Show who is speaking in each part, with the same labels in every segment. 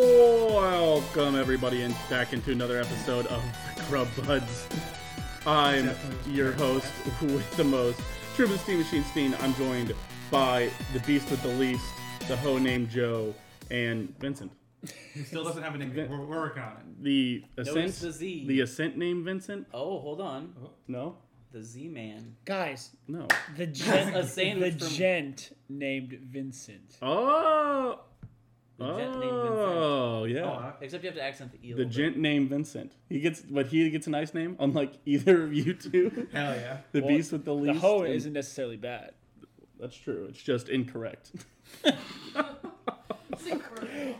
Speaker 1: Welcome everybody in, back into another episode of Grub Buds. I'm your host with the most, Truman Steve Machine Steen. I'm joined by the beast with the least, the hoe named Joe, and Vincent.
Speaker 2: He still doesn't have a nickname. We're, we're working on it.
Speaker 1: The
Speaker 3: Notice
Speaker 1: ascent,
Speaker 3: the Z.
Speaker 1: the ascent named Vincent.
Speaker 3: oh, hold on.
Speaker 1: No,
Speaker 3: The Z Man.
Speaker 4: Guys,
Speaker 1: no.
Speaker 4: the gent,
Speaker 3: A sandwich
Speaker 4: the
Speaker 3: from-
Speaker 4: gent named Vincent.
Speaker 1: Oh,
Speaker 3: The gent named Vincent.
Speaker 1: oh,
Speaker 2: Oh,
Speaker 1: yeah.
Speaker 2: uh,
Speaker 3: Except you have to accent the E. a
Speaker 1: The
Speaker 3: little
Speaker 1: gent named Vincent. He gets, but he gets a nice name, unlike either of you two.
Speaker 2: hell yeah.
Speaker 1: The
Speaker 4: Well,
Speaker 1: beast with the
Speaker 4: The
Speaker 1: least.
Speaker 4: hoe
Speaker 1: and-
Speaker 4: isn't necessarily bad.
Speaker 1: That's true. It's just incorrect.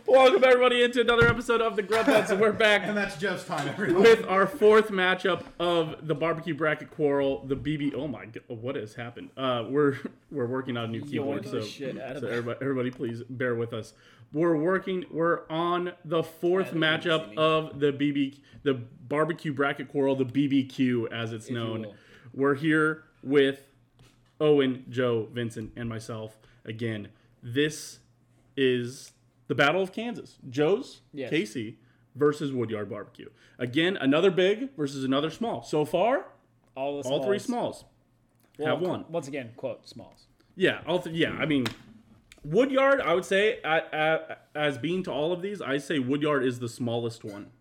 Speaker 1: Welcome everybody into another episode of the Grub Huts, and we're
Speaker 2: And
Speaker 1: back
Speaker 2: that's Joe's time, everyone.
Speaker 1: with our fourth matchup of the barbecue bracket quarrel. The BB. Oh my god, what has happened? Uh, we're we're working on a new keyboard,
Speaker 4: Yoink
Speaker 1: so
Speaker 4: the shit out of
Speaker 1: so
Speaker 4: it.
Speaker 1: everybody, everybody, please bear with us. We're working. We're on the fourth
Speaker 3: Yeah, that
Speaker 1: matchup
Speaker 3: doesn't
Speaker 1: of the BB, the barbecue bracket quarrel, the BBQ as it's
Speaker 4: you
Speaker 1: known.
Speaker 4: will.
Speaker 1: We're here with Owen, Joe, Vincent, and myself again. This is the Battle of Kansas. Joe's,
Speaker 4: Yes.
Speaker 1: Casey versus Woodyard Barbecue. Again, another big versus another small. So far,
Speaker 4: All the
Speaker 1: all three
Speaker 4: smalls-
Speaker 1: smalls.
Speaker 4: well,
Speaker 1: have one.
Speaker 4: Once again, quote smalls.
Speaker 1: Yeah, all th- yeah. I mean, Woodyard. I would say a a as being to all of these, I say Woodyard is the smallest one.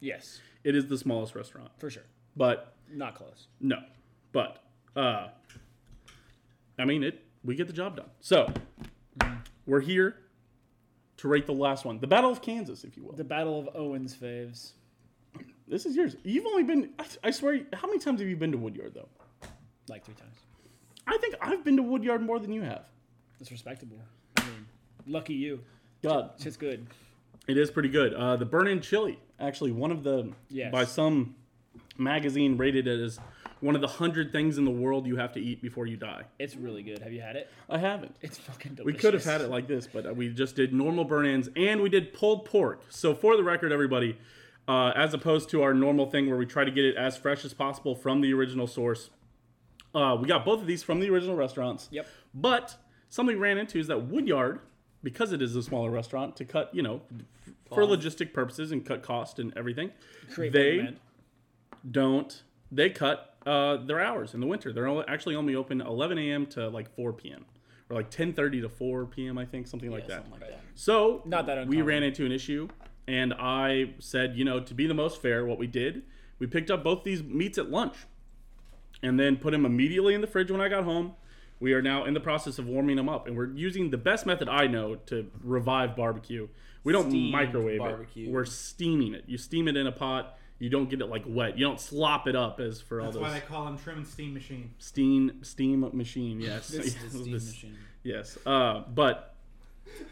Speaker 4: Yes,
Speaker 1: It is the smallest restaurant,
Speaker 4: for sure.
Speaker 1: but
Speaker 4: Not close.
Speaker 1: no, but uh, I mean it. We get the job done. So we're here to rate the last one, the Battle of Kansas, if you will.
Speaker 4: The Battle of Owens faves.
Speaker 1: This is yours. You've only been. I, I swear. How many times have you been to Woodyard though?
Speaker 4: Like three times.
Speaker 1: I think I've been to Woodyard more than you have.
Speaker 4: That's respectable. I mean, lucky you.
Speaker 1: God,
Speaker 4: Shit's good.
Speaker 1: It is pretty good. Uh, the Burn In Chili, actually, one of the
Speaker 4: Yes.
Speaker 1: by some magazine rated it as one of the hundred things in the world you have to eat before you die.
Speaker 4: It's really good. Have you had it?
Speaker 1: I haven't.
Speaker 4: It's fucking
Speaker 1: We
Speaker 4: delicious.
Speaker 1: could have had it like this, but uh, we just did normal burn ins and we did pulled pork. So, for the record, everybody, uh, as opposed to our normal thing where we try to get it as fresh as possible from the original source, uh, we got both of these from the original restaurants.
Speaker 4: Yep.
Speaker 1: But something we ran into is that Woodyard, because it is a smaller restaurant, to cut, you know, f- for
Speaker 3: Cost.
Speaker 1: logistic purposes and cut cost and everything,
Speaker 4: Great
Speaker 1: they
Speaker 4: recommend.
Speaker 1: don't, they cut uh, their hours in the winter. They're only, actually only open 11 a.m. to like 4 p.m. or like 10.30 to 4 p.m., I think, something
Speaker 3: bit.
Speaker 1: like
Speaker 3: Yeah,
Speaker 1: that.
Speaker 3: something like that.
Speaker 1: So
Speaker 4: Not that
Speaker 1: we
Speaker 4: uncommon.
Speaker 1: ran into an issue, and I said, you know, to be the most fair, what we did, we picked up both these meats at lunch, and then put them immediately in the fridge when I got home. We are now in the process of warming them up, and we're using the best method I know to revive barbecue. We don't
Speaker 3: Steamed
Speaker 1: microwave it;
Speaker 3: barbecue.
Speaker 1: we're steaming it. You steam it in a pot. You don't get it like wet. You don't slop it up as for
Speaker 2: That's
Speaker 1: all
Speaker 2: why
Speaker 1: those
Speaker 2: they call him Trim and Steam Machine.
Speaker 1: steam steam machine. Yes,
Speaker 3: This is the steam
Speaker 1: This-
Speaker 3: machine.
Speaker 1: Yes, uh, but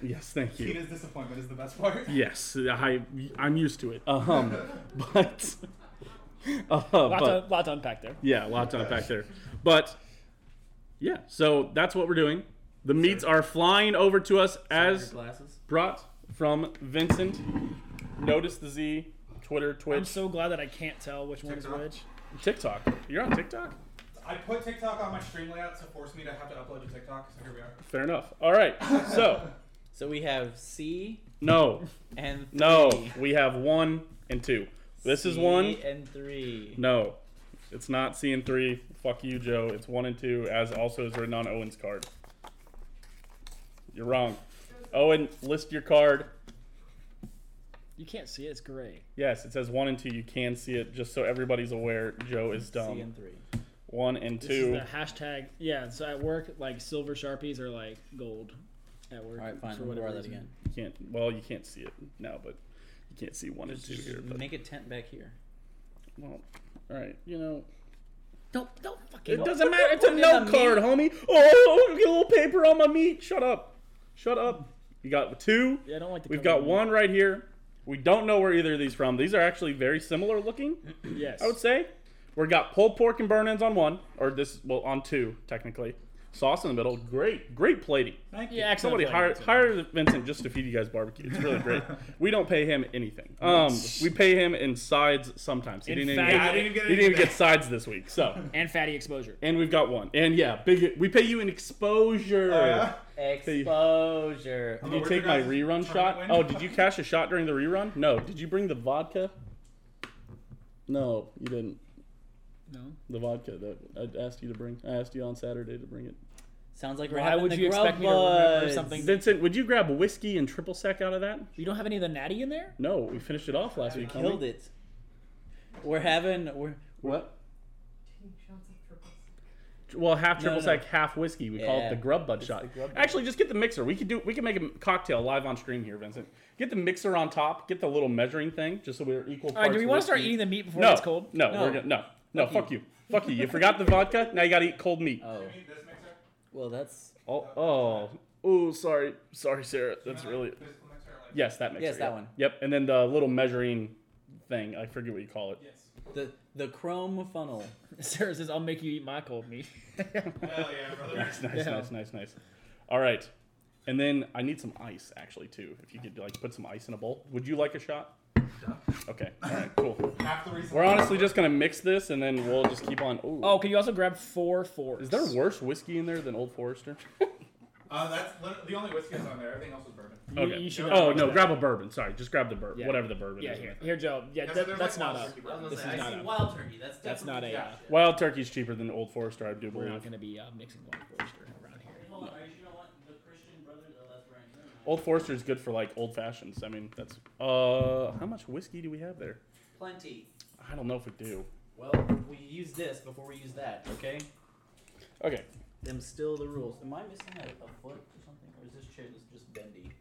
Speaker 1: yes, thank you.
Speaker 2: Tina's disappointment is the best part.
Speaker 1: Yes, I I'm used to it. Um, but uh,
Speaker 4: Lot,
Speaker 1: but
Speaker 4: to, lot to unpack there.
Speaker 1: yeah, a lot to unpack there. But yeah, so that's what we're doing. The meats are flying over to us
Speaker 3: Your
Speaker 1: as
Speaker 3: glasses.
Speaker 1: brought from Vincent. Notice the Z, Twitter,
Speaker 4: I'm
Speaker 1: Twitch,
Speaker 4: so glad that I can't tell which one is
Speaker 2: TikTok.
Speaker 4: which.
Speaker 1: TikTok. You're on TikTok.
Speaker 2: I put TikTok on my stream layout to force me to have to upload to TikTok, so here we are.
Speaker 1: Fair enough. All right. So
Speaker 3: So we have C
Speaker 1: no,
Speaker 3: and three.
Speaker 1: no, we have one and two. This is
Speaker 3: C
Speaker 1: one.
Speaker 3: and three.
Speaker 1: No, it's not C and three. Fuck you, Joe. It's one and two, as also is written on Owen's card. You're wrong. Owen, list your card.
Speaker 4: You can't see it. It's gray.
Speaker 1: Yes, it says one and two. You can see it, just so everybody's aware. Joe is
Speaker 3: C
Speaker 1: dumb.
Speaker 3: and three.
Speaker 1: One and
Speaker 4: This is
Speaker 1: two.
Speaker 4: the hashtag. Yeah, so at work, like silver sharpies are like gold at work.
Speaker 3: All right, fine.
Speaker 4: for
Speaker 3: We'll
Speaker 4: whatever
Speaker 3: borrow that
Speaker 4: reason.
Speaker 3: again.
Speaker 1: You can't. Well, you can't see it now, but you can't see one and two
Speaker 3: Just
Speaker 1: here. But
Speaker 3: make a tent back here.
Speaker 1: well, all right. You know,
Speaker 3: Don't don't fucking.
Speaker 1: it doesn't matter. It's a
Speaker 3: put it in
Speaker 1: note
Speaker 3: the
Speaker 1: card, homie. Oh, get a little paper on my meat. Shut up. Shut up. You got two.
Speaker 4: Yeah, I don't like the.
Speaker 1: We've
Speaker 4: color
Speaker 1: got one right here. We don't know where either of these from. These are actually very similar looking,
Speaker 4: Yes.
Speaker 1: I would say. We've got pulled pork and burn-ins on one, or this well on two technically. sauce in the middle. Great, great plating.
Speaker 2: Thank you.
Speaker 4: Yeah, excellent.
Speaker 1: Somebody
Speaker 4: play,
Speaker 1: hire
Speaker 4: Vincent.
Speaker 1: hire Vincent just to feed you guys barbecue. It's really great. we don't pay him anything. Um, we pay him in sides sometimes. He
Speaker 4: In
Speaker 1: didn't,
Speaker 4: fact-
Speaker 1: even
Speaker 4: Yeah,
Speaker 1: get,
Speaker 4: I didn't
Speaker 2: get
Speaker 1: he didn't even
Speaker 2: anything.
Speaker 1: get sides this week. So,
Speaker 4: and fatty exposure.
Speaker 1: and we've got one. And yeah, big. We pay you in exposure.
Speaker 2: Oh,
Speaker 5: Uh-huh.
Speaker 2: yeah?
Speaker 3: Exposure.
Speaker 1: Did you take my rerun shot? Oh, did you cash a shot during the rerun? No. Did you bring the vodka? No, you didn't.
Speaker 4: No.
Speaker 1: The vodka that I asked you to bring. I asked you on Saturday to bring it.
Speaker 3: Sounds like we're
Speaker 4: Why
Speaker 3: having
Speaker 4: would
Speaker 3: the
Speaker 4: you expect me to
Speaker 3: Grub
Speaker 4: remember
Speaker 3: Buds.
Speaker 4: something?
Speaker 1: Vincent, would you grab whiskey and triple sec out of that?
Speaker 4: You don't have any of the natty in there?
Speaker 1: No, we finished it off last
Speaker 2: We
Speaker 1: week. homie.
Speaker 3: Killed it. We're having we're
Speaker 1: What?
Speaker 6: Taking shots of triples.
Speaker 1: Well, half
Speaker 3: No,
Speaker 1: triple
Speaker 3: no.
Speaker 1: sec, half whiskey. We call it
Speaker 3: Yeah.
Speaker 1: the grub bud
Speaker 3: It's
Speaker 1: shot.
Speaker 3: the Grub Bud.
Speaker 1: Actually, just get the mixer. We could do. We could make a cocktail live on stream here, Vincent. Get the mixer on top. Get the little measuring thing, just so we're equal.
Speaker 4: All right. Do
Speaker 1: parts
Speaker 4: we want to start
Speaker 1: whiskey.
Speaker 4: eating the meat before
Speaker 1: no,
Speaker 4: it's cold?
Speaker 1: No,
Speaker 3: No.
Speaker 1: we're gonna, no, no. Fuck,
Speaker 3: Fuck
Speaker 1: you. Fuck you. You forgot the vodka. Now you gotta eat cold meat.
Speaker 3: oh
Speaker 2: need this mixer?
Speaker 3: well that's
Speaker 1: Oh, oh, Ooh, sorry, sorry, Sarah. That's really
Speaker 2: Physical mixer, like-
Speaker 1: yes, that mixer.
Speaker 3: Yes, that
Speaker 1: yeah.
Speaker 3: one.
Speaker 1: Yep, and then the little measuring thing. I forget what you call it.
Speaker 2: Yes.
Speaker 3: the the chrome funnel.
Speaker 4: Sarah says, "I'll make you eat my cold meat."
Speaker 2: Hell yeah, brother.
Speaker 1: Nice, nice,
Speaker 4: Yeah.
Speaker 1: nice, nice, nice. All right, and then I need some ice actually too. If you could like put some ice in a bowl, would you like a shot? Okay. All right. Cool.
Speaker 2: Half the reason.
Speaker 1: We're honestly just gonna mix this, and then we'll just keep on. Ooh.
Speaker 4: Oh, can you also grab four fours?
Speaker 1: Is there worse whiskey in there than Old Forester?
Speaker 2: Uh, that's li- the only whiskey that's on there. Everything else is bourbon.
Speaker 4: You,
Speaker 1: Okay.
Speaker 4: you should
Speaker 2: No.
Speaker 4: not
Speaker 1: Oh
Speaker 4: use
Speaker 1: no,
Speaker 4: that.
Speaker 1: grab a bourbon. Sorry, just grab the bourbon.
Speaker 4: Yeah.
Speaker 1: Whatever the bourbon
Speaker 4: Yeah,
Speaker 1: is.
Speaker 4: here, here, Joe. Yeah,
Speaker 2: Yes,
Speaker 4: that-
Speaker 2: there's,
Speaker 4: that's
Speaker 2: like,
Speaker 4: not
Speaker 2: wild
Speaker 4: a.
Speaker 2: turkey
Speaker 6: I
Speaker 2: bourbon.
Speaker 6: was
Speaker 4: This
Speaker 6: gonna
Speaker 4: is
Speaker 6: say, I
Speaker 4: not
Speaker 6: see
Speaker 4: a-
Speaker 6: wild turkey. That's
Speaker 4: That's
Speaker 6: definitely-
Speaker 4: not a.
Speaker 2: Yeah.
Speaker 4: Uh,
Speaker 1: Wild turkey's cheaper than Old Forester, I do
Speaker 4: we're not
Speaker 1: believe.
Speaker 4: going to be uh, mixing Wild Forester around here.
Speaker 6: Hey, Hold on, are you sure you don't want the Christian brothers? Oh, that's Brian. Never mind.
Speaker 1: Old Forester's good for like old fashions. I mean, that's uh, how much whiskey do we have there?
Speaker 6: Plenty.
Speaker 1: I don't know if we do.
Speaker 6: Well, we use this before we use that, okay?
Speaker 1: Okay,
Speaker 6: Them still the rules. Am I missing a, a foot or something? Or is this chair that's just bendy?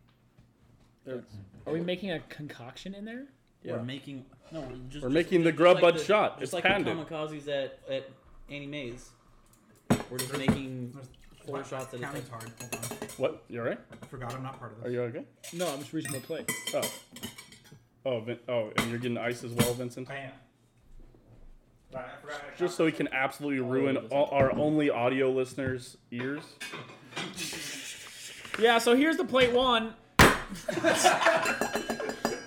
Speaker 4: Are we making a concoction in there?
Speaker 1: Yeah.
Speaker 3: We're making no we're just
Speaker 1: we're
Speaker 3: just-
Speaker 1: making the
Speaker 3: just
Speaker 1: grub
Speaker 3: like
Speaker 1: bud
Speaker 3: the-
Speaker 1: shot.
Speaker 3: Just
Speaker 1: It's
Speaker 3: like
Speaker 1: panded.
Speaker 3: the kamikazes at at Annie Mae's. We're just making
Speaker 2: There's
Speaker 3: Four shots at a
Speaker 2: Counting's
Speaker 3: time.
Speaker 2: hard. Hold
Speaker 1: What? You alright?
Speaker 2: on. I forgot I'm not part of this.
Speaker 1: Are you okay?
Speaker 4: No, I'm just reaching my plate.
Speaker 1: Oh, oh, Vin- oh, and you're getting ice as well, Vincent.
Speaker 2: I am. Right, I forgot. I
Speaker 1: Just so he can absolutely
Speaker 4: Oh,
Speaker 1: ruin
Speaker 4: Vincent.
Speaker 1: all our only audio listeners' ears.
Speaker 4: Yeah, so here's the plate one.
Speaker 1: Oh,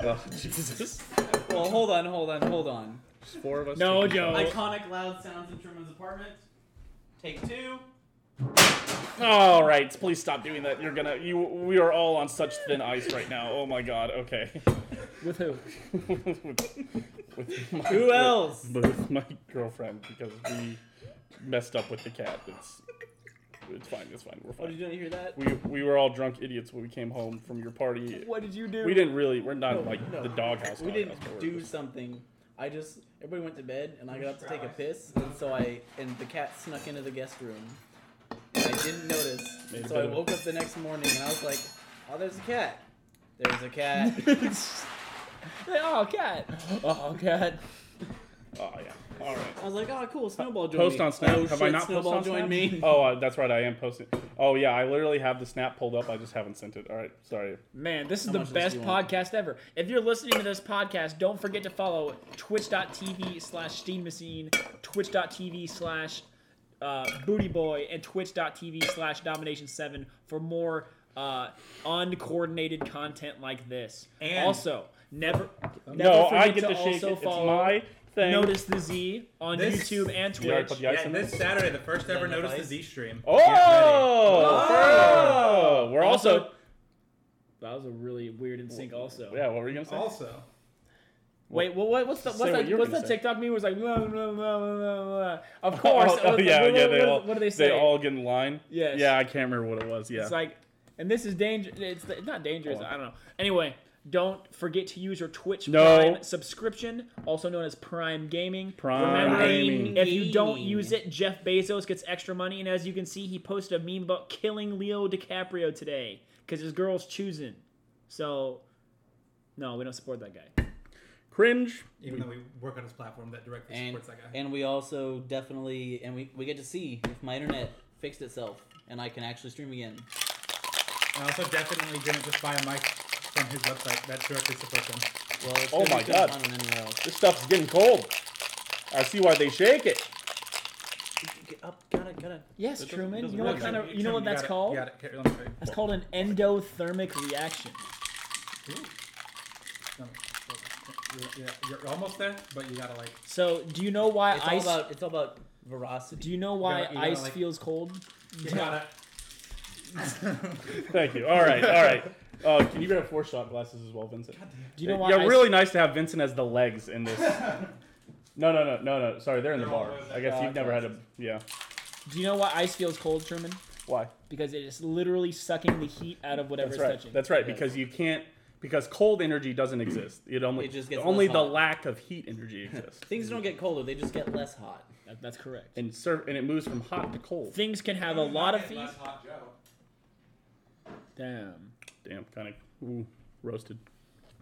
Speaker 1: Jesus.
Speaker 3: Well, hold on, hold on, hold on.
Speaker 1: There's four of us.
Speaker 4: No,
Speaker 1: taking
Speaker 4: Joe.
Speaker 6: Oh. Iconic loud sounds in Truman's apartment. Take two.
Speaker 1: shots. All right, please stop doing that. You're gonna. You. We are all on such thin ice right now. Oh my God. Okay.
Speaker 4: With who?
Speaker 1: with, with my,
Speaker 3: Who else?
Speaker 1: With, with my girlfriend because we messed up with the cat. It's it's fine. It's fine. We're
Speaker 3: Oh, did
Speaker 1: fine.
Speaker 3: you not hear that?
Speaker 1: We we were all drunk idiots when we came home from your party.
Speaker 4: What did you do?
Speaker 1: We didn't really. We're not like
Speaker 3: no.
Speaker 1: the doghouse. doghouse,
Speaker 3: We didn't
Speaker 1: but we're
Speaker 3: do
Speaker 1: just-
Speaker 3: something. I just everybody went to bed and I got up to take a piss, and so I and the cat snuck into the guest room. And I didn't notice,
Speaker 1: Made a
Speaker 3: so I
Speaker 1: bit of-
Speaker 3: woke up the next morning and I was like, "Oh, there's a cat. There's a cat."
Speaker 4: oh, cat. Oh, cat.
Speaker 1: Oh yeah. All right.
Speaker 3: I was like, "Oh, cool. Snowball joined
Speaker 1: Post
Speaker 3: me."
Speaker 1: on Snap.
Speaker 3: Oh,
Speaker 1: have
Speaker 3: shit,
Speaker 1: I not
Speaker 3: Snowball
Speaker 1: posted on
Speaker 3: joined
Speaker 1: Snap?
Speaker 3: me?
Speaker 1: Oh, uh, that's right. I am posting. Oh yeah, I literally have the Snap pulled up. I just haven't sent it. All right. Sorry.
Speaker 4: Man, this is
Speaker 3: How
Speaker 4: the
Speaker 3: much of this
Speaker 4: best
Speaker 3: do you want?
Speaker 4: podcast ever. If you're listening to this podcast, don't forget to follow twitch.tv slash steam machine, twitch.tv slash uh, booty boy, and twitch.tv slash domination7 for more uh, uncoordinated content like this.
Speaker 2: And-
Speaker 4: also, never, never
Speaker 1: No,
Speaker 4: forget
Speaker 1: I get
Speaker 4: to
Speaker 1: to shake
Speaker 4: also
Speaker 1: it. It's
Speaker 4: follow
Speaker 1: my thing.
Speaker 4: Notice the Z on
Speaker 2: This-
Speaker 4: YouTube and
Speaker 1: Yeah, I
Speaker 4: Twitch.
Speaker 1: put the ice
Speaker 2: Yeah,
Speaker 1: in
Speaker 2: this
Speaker 1: there.
Speaker 2: Saturday, the first ever
Speaker 3: Is that
Speaker 2: Notice
Speaker 3: enough
Speaker 2: the Z
Speaker 3: ice?
Speaker 2: stream.
Speaker 1: Oh!
Speaker 3: Oh!
Speaker 1: Oh! We're also.
Speaker 4: Also- That was a really weird in sync. Also,
Speaker 1: Yeah, what were you gonna
Speaker 2: Get
Speaker 1: say?
Speaker 2: ready. Also,
Speaker 4: Wait, well, what, what's the
Speaker 1: Say what
Speaker 4: what's that,
Speaker 1: you were
Speaker 4: what's
Speaker 1: gonna
Speaker 4: that
Speaker 1: say.
Speaker 4: TikTok meme? Where it's like, blah, blah, blah, blah, blah. of course. uh,
Speaker 1: Oh, oh, yeah,
Speaker 4: what,
Speaker 1: yeah.
Speaker 4: what-
Speaker 1: They
Speaker 4: what-
Speaker 1: all.
Speaker 4: what do they say?
Speaker 1: all get in line.
Speaker 4: Yes.
Speaker 1: Yeah, I can't remember what it was. Yeah.
Speaker 4: It's like, and this is dangerous. It's, it's not dangerous.
Speaker 1: Oh.
Speaker 4: I don't know. Anyway, don't forget to use your Twitch
Speaker 1: No.
Speaker 4: Prime subscription, also known as Prime Gaming.
Speaker 1: Prime
Speaker 4: Remember,
Speaker 1: Gaming.
Speaker 4: if you don't
Speaker 3: Gaming.
Speaker 4: use it, Jeff Bezos gets extra money. And as you can see, he posted a meme about killing Leo DiCaprio today because his girl's choosing. So, no, we don't support that guy.
Speaker 1: Cringe.
Speaker 2: even though we work on his platform that directly
Speaker 3: And
Speaker 2: supports that guy.
Speaker 3: and we also definitely and we we get to see if my internet fixed itself and I can actually stream again.
Speaker 2: I also definitely didn't just buy a mic from his website that directly supports him.
Speaker 3: Well, it's
Speaker 1: Oh
Speaker 3: good
Speaker 1: my
Speaker 3: we couldn't
Speaker 1: God.
Speaker 3: find them anywhere else.
Speaker 1: This stuff's getting cold. I see why they shake it.
Speaker 3: Get up, gotta, gotta
Speaker 1: gonna.
Speaker 4: Yes,
Speaker 1: It doesn't-
Speaker 4: Truman.
Speaker 1: doesn't
Speaker 4: you know what
Speaker 1: work.
Speaker 4: kind of you know what that's called?
Speaker 2: Yeah, let me see.
Speaker 4: That's called an endothermic reaction.
Speaker 2: No, you're, you're, you're almost there, but you gotta like.
Speaker 4: So, do you know why
Speaker 3: It's all
Speaker 4: ice?
Speaker 3: about it's all about veracity.
Speaker 4: do you know why
Speaker 2: gotta- you gotta,
Speaker 4: ice
Speaker 2: like-
Speaker 4: feels cold?
Speaker 2: You gotta.
Speaker 1: Thank you. All right, all right. Uh, can you grab four shot glasses as well, Vincent?
Speaker 4: Do you know why?
Speaker 1: yeah,
Speaker 4: ice-
Speaker 1: really nice to have Vincent as the legs in this. No, no, no, no, no. Sorry, they're in the bar. I guess you've never had a. Yeah.
Speaker 4: Do you know why ice feels cold, Truman?
Speaker 1: Why?
Speaker 4: Because it is literally sucking the heat out of whatever
Speaker 1: That's
Speaker 4: it's
Speaker 1: right.
Speaker 4: touching.
Speaker 1: That's right. Because you can't. Because cold energy doesn't exist. It only
Speaker 3: It just gets
Speaker 1: only
Speaker 3: less
Speaker 1: the
Speaker 3: hot.
Speaker 1: lack of heat energy exists.
Speaker 3: Things don't get colder; they just get less hot.
Speaker 4: That- that's correct.
Speaker 1: and serve and it moves from hot to cold.
Speaker 4: Things can have a lot of heat.
Speaker 5: Less hot Joe.
Speaker 4: Damn.
Speaker 1: Damn, kind of ooh, roasted.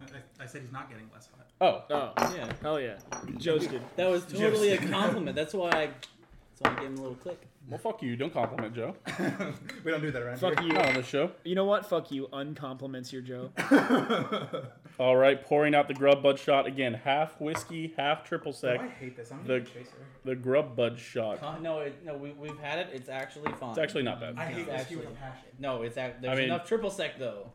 Speaker 2: I- I, I said he's not getting less hot.
Speaker 1: Oh,
Speaker 4: Oh,
Speaker 3: Yeah,
Speaker 4: hell yeah. Joasted.
Speaker 3: that was totally a compliment. That's why I, that's why I gave him a little click.
Speaker 1: well, fuck you. Don't compliment Joe.
Speaker 2: We don't do that around
Speaker 4: Fuck
Speaker 2: here.
Speaker 4: you.
Speaker 1: Not on this show.
Speaker 4: You know what? Fuck you. Uncompliments your Joe.
Speaker 1: All right, pouring out the grub bud shot again. Half whiskey, half triple
Speaker 2: Oh,
Speaker 1: sec.
Speaker 2: I hate this. I'm the
Speaker 1: The-
Speaker 2: chaser.
Speaker 1: The grub bud shot.
Speaker 3: Con- no, it, no, we, we've had it. It's actually fine.
Speaker 1: It's actually not bad.
Speaker 2: I hate
Speaker 3: It's
Speaker 2: this with a
Speaker 3: actually-
Speaker 2: passion.
Speaker 3: no. It's act- there's
Speaker 1: I mean-
Speaker 3: enough triple sec though,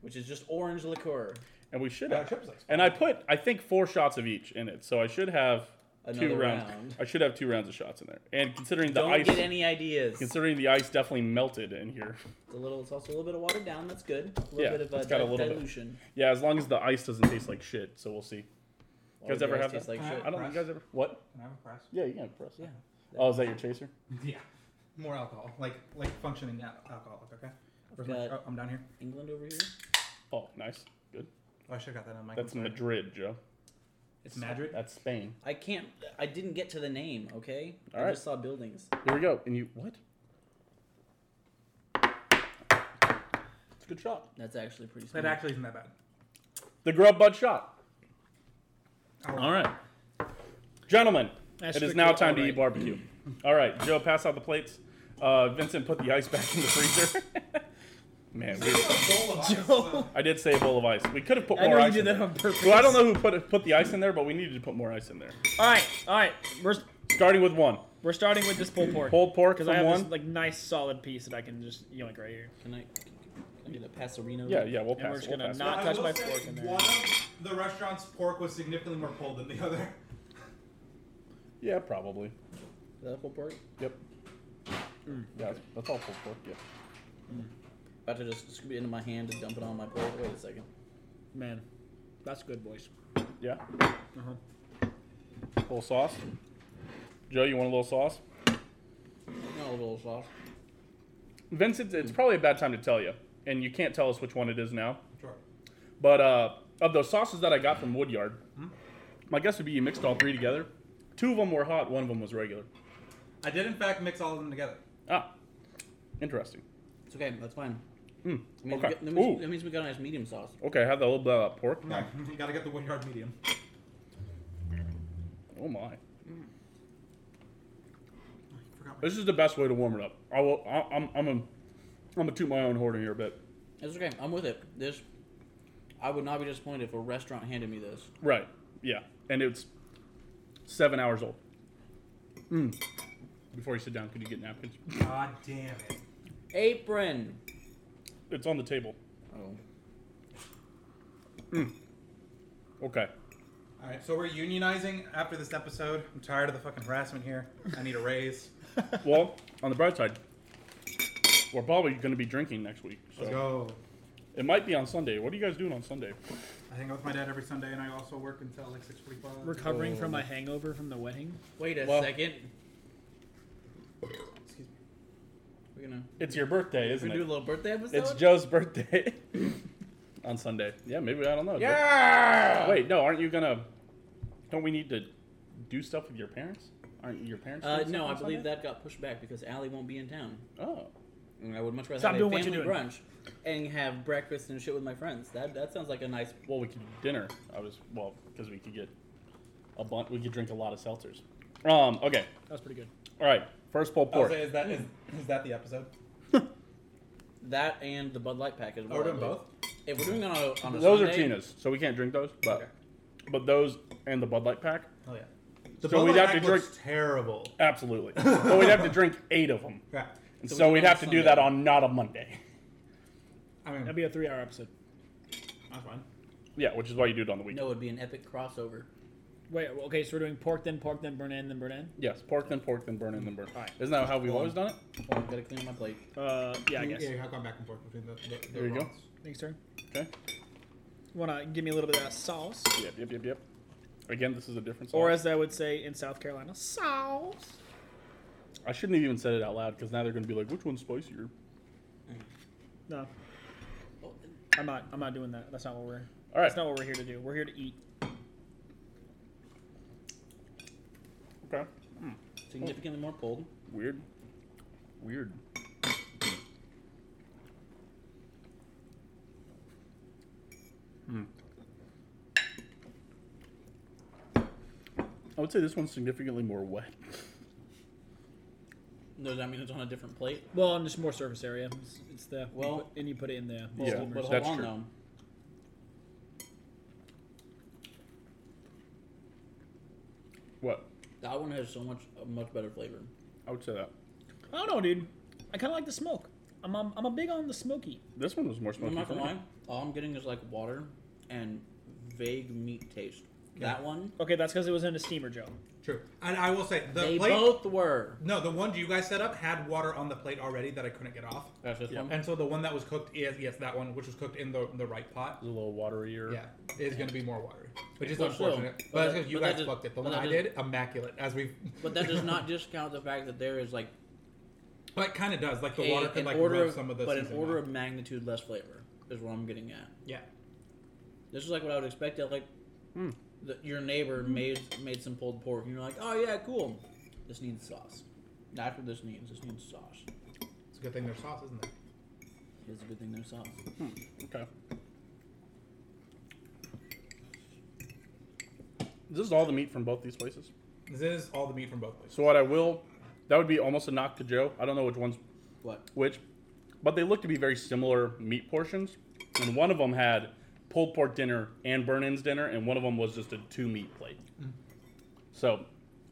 Speaker 3: which is just orange liqueur.
Speaker 1: And we should
Speaker 2: Yeah,
Speaker 1: have.
Speaker 2: triple sec.
Speaker 1: And I put, I think, four shots of each in it. So I should have two
Speaker 3: Another
Speaker 1: rounds.
Speaker 3: round.
Speaker 1: I should have two rounds of shots in there. And considering the
Speaker 3: Don't
Speaker 1: ice,
Speaker 3: get any ideas. It's
Speaker 1: considering the ice definitely melted in here.
Speaker 3: a little. It's also a little bit of watered down. That's good. A little
Speaker 1: Yeah,
Speaker 3: bit of uh,
Speaker 1: it's got a
Speaker 3: di-
Speaker 1: little bit.
Speaker 3: dilution.
Speaker 1: Yeah, as long as the ice doesn't taste like shit. So we'll see. You guys
Speaker 3: Watered
Speaker 1: ever
Speaker 3: ice
Speaker 1: have
Speaker 3: tastes
Speaker 1: that?
Speaker 3: Like shit.
Speaker 1: I don't think you guys ever. What?
Speaker 2: Can I have a press?
Speaker 1: Yeah, you can impress.
Speaker 3: Yeah.
Speaker 1: Oh, is that your chaser?
Speaker 2: Yeah. More alcohol, like like functioning al- alcoholic. Okay. Where's my-
Speaker 3: got-
Speaker 2: oh, I'm down here.
Speaker 3: England over here.
Speaker 1: Oh, nice. Good.
Speaker 2: Oh, I should have got that on my.
Speaker 1: That's
Speaker 2: computer.
Speaker 1: Madrid, Joe.
Speaker 2: It's Madrid.
Speaker 1: That's Spain.
Speaker 3: I can't. I didn't get to the name. Okay. I
Speaker 1: Alright.
Speaker 3: just saw buildings.
Speaker 1: Here we go. And you what? It's a good shot.
Speaker 3: That's actually pretty.
Speaker 2: That
Speaker 3: Smooth.
Speaker 2: actually isn't that bad.
Speaker 1: The grub bud shot.
Speaker 2: I'll-
Speaker 1: All right, gentlemen.
Speaker 4: That's
Speaker 1: it is
Speaker 4: strictly
Speaker 1: now time to
Speaker 4: alright.
Speaker 1: eat barbecue. All right, Joe, pass out the plates. Uh, Vincent, put the ice back in the freezer. Man, we,
Speaker 5: Bowl of ice.
Speaker 4: Joe.
Speaker 1: I did say a bowl of ice. We could have put
Speaker 4: I
Speaker 1: more
Speaker 4: know you
Speaker 1: ice.
Speaker 4: did
Speaker 1: in
Speaker 4: that
Speaker 1: there.
Speaker 4: on purpose.
Speaker 1: Well, I don't know who put put the ice in there, but we needed to put more ice in there.
Speaker 4: All right, all right. We're
Speaker 1: Starting with one
Speaker 4: we're starting with this pulled pork
Speaker 1: pulled pork
Speaker 4: because I
Speaker 1: from
Speaker 4: have
Speaker 1: one.
Speaker 4: this like nice solid piece that I can just yoink right here.
Speaker 3: Can I? Can I get a Passerino?
Speaker 1: yeah, yeah, we'll
Speaker 4: And we're
Speaker 1: pass.
Speaker 4: just
Speaker 1: we'll
Speaker 4: gonna
Speaker 1: pass.
Speaker 4: not
Speaker 5: I
Speaker 4: touch
Speaker 5: will
Speaker 4: my
Speaker 5: say
Speaker 4: fork in there.
Speaker 5: One of the restaurant's pork was significantly more pulled than the other.
Speaker 1: Yeah, probably.
Speaker 3: The whole pork.
Speaker 1: Yep.
Speaker 4: Mm.
Speaker 1: Yeah, that's- that's all pulled pork. Yeah.
Speaker 3: About to just scoop it into my hand and dump it on my plate. Wait a second.
Speaker 4: Man, that's good, boys. Uh-huh.
Speaker 1: Yeah. Little sauce. Joe, you want a little sauce?
Speaker 3: Not a little sauce.
Speaker 1: Vincent, it's probably a bad time to tell you, and you can't tell us which one it is now.
Speaker 5: Sure.
Speaker 1: But uh, of those sauces that I got from Woodyard,
Speaker 4: Hmm?
Speaker 1: my guess would be you mixed all three together. Two of them were hot, one of them was regular.
Speaker 2: I did in fact mix all of them together.
Speaker 1: Ah, interesting.
Speaker 3: It's okay. That's fine.
Speaker 2: Hmm,
Speaker 1: Mm.
Speaker 3: That means,
Speaker 1: okay.
Speaker 3: we, got- that,
Speaker 1: Ooh.
Speaker 3: means, that means we got a nice medium sauce.
Speaker 1: Okay, have that little bit of pork.
Speaker 5: No, you gotta get the Woodyard medium.
Speaker 1: Oh my.
Speaker 2: I forgot my
Speaker 1: This is the best way to warm it up. I will. I, I'm. I'm. A, I'm gonna toot my own horn here a bit.
Speaker 3: It's okay. I'm with it. This, I would not be disappointed if a restaurant handed me this.
Speaker 1: Right. Yeah. And it's seven hours old. Mm. Before you sit down, could you get napkins?
Speaker 2: God damn it.
Speaker 3: Apron.
Speaker 1: It's on the table.
Speaker 3: Oh.
Speaker 1: Okay.
Speaker 2: All right, so we're unionizing after this episode. I'm tired of the fucking harassment here. I need a raise.
Speaker 1: Well, on the bright side, we're probably going to be drinking next week.
Speaker 2: Let's
Speaker 1: So
Speaker 2: go.
Speaker 1: it might be on Sunday. What are you guys doing on Sunday?
Speaker 2: I hang out with my dad every Sunday, and I also work until like 6:45.
Speaker 4: Recovering from
Speaker 1: Oh.
Speaker 4: my hangover from the wedding.
Speaker 3: Wait a
Speaker 1: Well-
Speaker 3: second.
Speaker 2: Excuse me.
Speaker 3: We're gonna,
Speaker 1: It's your birthday,
Speaker 3: we're
Speaker 1: isn't
Speaker 3: gonna do a
Speaker 1: it?
Speaker 3: little birthday episode.
Speaker 1: It's Joe's birthday on Sunday. Yeah, maybe I don't know.
Speaker 2: Yeah.
Speaker 1: Joe. Wait, no, aren't you gonna? Don't we need to do stuff with your parents? Aren't your parents?
Speaker 3: Uh,
Speaker 1: doing
Speaker 3: no,
Speaker 1: stuff
Speaker 3: I
Speaker 1: on
Speaker 3: believe
Speaker 1: Sunday?
Speaker 3: that got pushed back because Allie won't be in town.
Speaker 1: Oh,
Speaker 3: And I would much rather
Speaker 4: Stop
Speaker 3: have
Speaker 4: doing
Speaker 3: a
Speaker 4: what
Speaker 3: family
Speaker 4: you're doing.
Speaker 3: brunch and have breakfast and shit with my friends. That that sounds like a nice.
Speaker 1: well, we could do dinner. I was well because we could get a bunch. We could drink a lot of seltzers. Um. Okay.
Speaker 4: That was pretty good.
Speaker 1: All right. First pulled
Speaker 2: I'll
Speaker 1: pork.
Speaker 2: say, is that is, is that the episode?
Speaker 3: That and the Bud Light package.
Speaker 5: Oh, we're doing both?
Speaker 3: If we're doing it on a, on a
Speaker 1: Those are
Speaker 3: Sunday,
Speaker 1: Tina's, so we can't drink those. But
Speaker 2: Okay.
Speaker 1: but those and the Bud Light pack.
Speaker 2: Oh yeah.
Speaker 5: The
Speaker 1: So we'd
Speaker 5: Bud Light
Speaker 1: have to
Speaker 5: Act looks
Speaker 1: drink-
Speaker 5: terrible.
Speaker 1: Absolutely. but we'd have to drink eight of them.
Speaker 5: Yeah.
Speaker 1: And
Speaker 3: So
Speaker 1: so,
Speaker 3: we
Speaker 1: we'd
Speaker 3: can
Speaker 1: have to
Speaker 3: on
Speaker 1: do
Speaker 3: Sunday.
Speaker 1: that on not a Monday.
Speaker 5: I mean,
Speaker 4: That'd be a three-hour episode.
Speaker 5: that's fine.
Speaker 1: Yeah, which is why you do it on the
Speaker 3: No,
Speaker 1: weekend.
Speaker 3: it'd be an epic crossover.
Speaker 4: Wait, well, okay, so we're doing pork, then pork, then burn in, then burn in.
Speaker 1: Yes, pork then pork then burn and then burn. Isn't that how we've always done it?
Speaker 3: Oh, I've got to clean up my plate.
Speaker 4: Uh, yeah, I guess.
Speaker 5: Yeah, I've gone back and forth between the. the, the
Speaker 1: There you go.
Speaker 5: roles.
Speaker 4: Next turn.
Speaker 1: Okay.
Speaker 4: Wanna give me a little bit of that sauce,
Speaker 1: Yep, yep, yep, yep. Again, this is a different
Speaker 4: or
Speaker 1: sauce.
Speaker 4: as I would say in South Carolina, sauce.
Speaker 1: I shouldn't have even said it out loud because now they're going to be like, which one's spicier?
Speaker 4: No, I'm not. I'm not doing that. That's not what we're.
Speaker 1: All right.
Speaker 4: That's not what we're here to do. We're here to eat.
Speaker 1: okay.
Speaker 3: Significantly more pulled.
Speaker 1: Weird. Weird. Hmm. I would say this one's significantly more wet.
Speaker 3: No, does that mean it's on a different plate?
Speaker 4: Well, and just more surface area. It's, it's the
Speaker 3: Well-
Speaker 4: well, and you put it in the
Speaker 1: Yeah,
Speaker 3: but hold
Speaker 1: that's
Speaker 3: on
Speaker 1: true.
Speaker 3: though.
Speaker 1: What?
Speaker 3: That one has so much, a much better flavor.
Speaker 1: I would say that.
Speaker 4: I don't know, dude. I kind of like the smoke. I'm, I'm I'm a big on the smoky.
Speaker 1: This one was more smoky.
Speaker 3: I'm not
Speaker 1: for
Speaker 3: gonna
Speaker 1: me.
Speaker 3: lie. All I'm getting is like water and vague meat taste. That one,
Speaker 4: Okay, that's because it was in a steamer, Joe.
Speaker 5: True. And I will say the
Speaker 3: they
Speaker 5: plate.
Speaker 3: both were.
Speaker 5: No, the one you guys set up had water on the plate already that I couldn't get off.
Speaker 3: That's this one.
Speaker 5: And so the one that was cooked is yes, that one which was cooked in the the right pot.
Speaker 1: It's a little waterier.
Speaker 5: Yeah, is going to be more watery, which is
Speaker 3: Well, still,
Speaker 5: unfortunate.
Speaker 3: but
Speaker 5: but that's
Speaker 3: that-
Speaker 5: because you
Speaker 3: but that
Speaker 5: guys
Speaker 3: is-
Speaker 5: fucked it. The
Speaker 3: but
Speaker 5: one
Speaker 3: that
Speaker 5: I
Speaker 3: is-
Speaker 5: did, immaculate, as we.
Speaker 3: But that does not discount the fact that there is like
Speaker 5: But it kind of does. Like the
Speaker 3: a-
Speaker 5: water could
Speaker 3: an
Speaker 5: like
Speaker 3: order
Speaker 5: rub
Speaker 3: of,
Speaker 5: some of the.
Speaker 3: but an
Speaker 5: seasoning
Speaker 3: order
Speaker 5: off.
Speaker 3: of magnitude less flavor is what I'm getting at.
Speaker 5: Yeah.
Speaker 3: This is like what I would expect. At like the, your neighbor made made some pulled pork, and you're like, oh yeah, cool. This needs sauce. That's what this needs. This needs sauce.
Speaker 5: It's a good thing there's sauce, isn't it?
Speaker 3: It's a good thing there's sauce.
Speaker 1: Okay. This is all the meat from both these places.
Speaker 5: This is all the meat from both places.
Speaker 1: So what I will, that would be almost a knock to Joe. I don't know which one's
Speaker 3: What?
Speaker 1: which, but they look to be very similar meat portions. And one of them had pulled pork dinner and burn-ins dinner, and one of them was just a two meat plate. So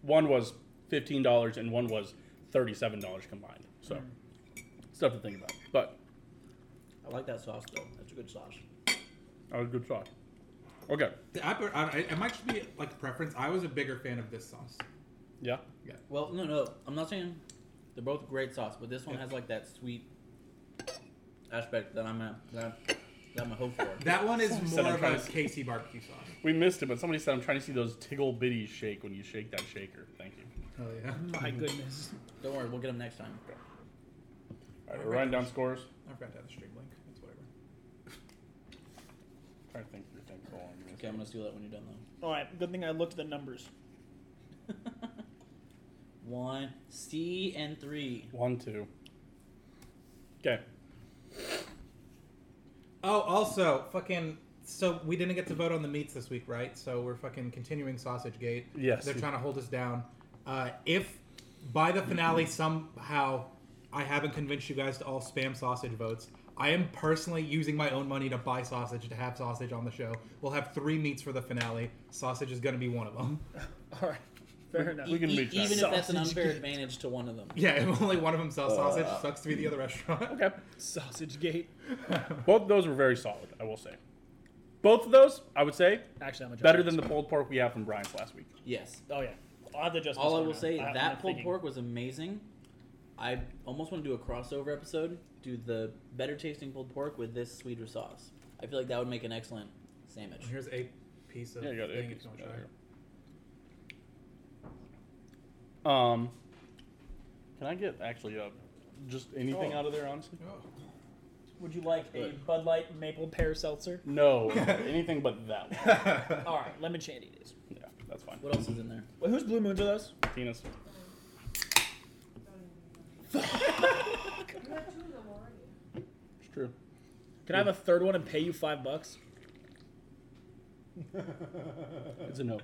Speaker 1: one was fifteen dollars and one was thirty-seven dollars combined. So stuff to think about. But
Speaker 3: I like that sauce though. That's a good sauce.
Speaker 1: that was a good sauce. Okay.
Speaker 5: I, I, I- it might just be like preference. I was a bigger fan of this sauce.
Speaker 1: Yeah.
Speaker 5: Yeah.
Speaker 3: Well, no, no, I'm not saying they're both great sauce, but this one has like that sweet aspect that I'm a, that, that I'm a hope for.
Speaker 5: That one is
Speaker 1: Said
Speaker 5: more
Speaker 1: I'm
Speaker 5: of
Speaker 1: trying
Speaker 5: a
Speaker 1: to-
Speaker 5: Casey barbecue sauce.
Speaker 1: We missed it, but somebody said I'm trying to see those tiggle bitties shake when you shake that shaker. Thank you.
Speaker 5: Oh yeah.
Speaker 4: My
Speaker 1: Mm-hmm.
Speaker 4: goodness.
Speaker 3: Don't worry, we'll get them next time.
Speaker 1: All right, we're writing down scores.
Speaker 5: I forgot to have the stream link. It's whatever.
Speaker 1: trying to think of your thing so long.
Speaker 3: Okay, I'm gonna steal that when you're done though.
Speaker 4: All right. Good thing I looked at the numbers.
Speaker 3: One C and three.
Speaker 1: One, two. Okay.
Speaker 5: Oh, also, fucking. So we didn't get to vote on the meats this week, right? So we're fucking continuing Sausage Gate.
Speaker 1: Yes.
Speaker 5: They're trying to hold us down. Uh, if by the finale somehow I haven't convinced you guys to all spam sausage votes, I am personally using my own money to buy sausage to have sausage on the show. We'll have three meats for the finale. Sausage is going to be one of them.
Speaker 4: All right. Fair enough.
Speaker 1: We can
Speaker 3: E-
Speaker 1: reach that.
Speaker 3: even if that's an
Speaker 4: Sausage
Speaker 3: unfair
Speaker 4: gate.
Speaker 3: advantage to one of them.
Speaker 5: Yeah, if only one of them sells sausage,
Speaker 1: Uh.
Speaker 5: sucks to be the other restaurant.
Speaker 1: Okay.
Speaker 4: Sausage gate.
Speaker 1: Both of those were very solid, I will say. Both of those, I would say,
Speaker 4: Actually, I'm a
Speaker 1: better than the pulled pork we had from Brian's last week.
Speaker 3: Yes.
Speaker 4: Oh yeah. I'll have to adjust. my
Speaker 3: All I
Speaker 4: score
Speaker 3: will
Speaker 4: now.
Speaker 3: say,
Speaker 4: I'm
Speaker 3: that
Speaker 4: not
Speaker 3: pulled
Speaker 4: thinking.
Speaker 3: pork was amazing. I almost want to do a crossover episode. Do the better tasting pulled pork with this sweeter sauce. I feel like that would make an excellent sandwich.
Speaker 5: Here's a piece of.
Speaker 1: Yeah, you got
Speaker 5: thing
Speaker 1: it.
Speaker 5: if you wanna try it.
Speaker 1: Um, can I get actually uh, just anything
Speaker 4: Oh.
Speaker 1: out of there, honestly?
Speaker 4: Would you like a
Speaker 3: Good.
Speaker 4: Bud Light maple pear seltzer?
Speaker 1: No, anything but that one.
Speaker 5: Oh.
Speaker 4: All right, lemon shandy it is.
Speaker 1: Yeah, that's fine.
Speaker 3: What else is in there?
Speaker 4: Wait, whose blue moons are those?
Speaker 1: Tina's.
Speaker 7: You got two of them already.
Speaker 1: It's true.
Speaker 4: Can I have a third one and pay you five bucks?
Speaker 1: It's a no.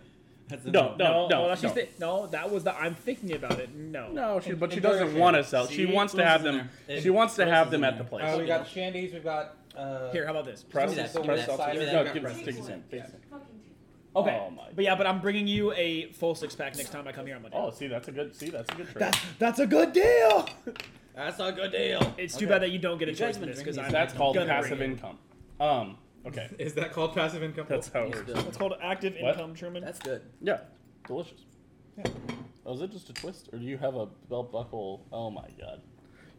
Speaker 3: That's in
Speaker 1: No,
Speaker 3: there.
Speaker 1: no, no.
Speaker 4: well,
Speaker 1: No,
Speaker 4: that's just it. no that was the I'm thinking about it. No.
Speaker 1: no she, but she
Speaker 3: And
Speaker 1: doesn't
Speaker 3: Burger
Speaker 1: want
Speaker 3: King.
Speaker 1: to sell. She
Speaker 3: See?
Speaker 1: wants to
Speaker 3: What
Speaker 1: have
Speaker 3: else is
Speaker 1: them.
Speaker 3: in there?
Speaker 1: She wants to
Speaker 3: What else
Speaker 1: have
Speaker 3: is
Speaker 1: them
Speaker 3: in
Speaker 1: at the
Speaker 3: there?
Speaker 1: place.
Speaker 5: Uh, we got
Speaker 3: Yeah.
Speaker 5: shandies. We've got. Uh,
Speaker 4: Here, how about this?
Speaker 1: Press,
Speaker 3: Give me
Speaker 1: press
Speaker 3: that, give me that,
Speaker 1: seltzer.
Speaker 3: give me
Speaker 1: No,
Speaker 3: that.
Speaker 1: give it
Speaker 5: Press.
Speaker 1: stick it in.
Speaker 7: Fucking two.
Speaker 4: Okay.
Speaker 1: Oh my
Speaker 4: But yeah, but I'm bringing you a full six pack next time I come here on Monday.
Speaker 1: Oh, see, that's a good. See, that's a good trade.
Speaker 4: That's, that's a good deal.
Speaker 3: That's a good deal.
Speaker 4: It's too
Speaker 1: Okay.
Speaker 4: bad that you don't get a
Speaker 3: You guys
Speaker 4: choice in
Speaker 3: been
Speaker 4: this
Speaker 3: drinking
Speaker 4: because
Speaker 3: these-
Speaker 4: I'm
Speaker 1: That's called
Speaker 4: gonna bring
Speaker 1: passive
Speaker 4: it.
Speaker 1: income. Um. Okay.
Speaker 5: Is that called passive income?
Speaker 1: That's how it
Speaker 3: Yes,
Speaker 1: works.
Speaker 3: Bill.
Speaker 4: It's called active
Speaker 1: What?
Speaker 4: income, Truman.
Speaker 3: That's good.
Speaker 1: Yeah. Delicious. Yeah. Was it just a twist, or do you have a belt buckle? Oh my god.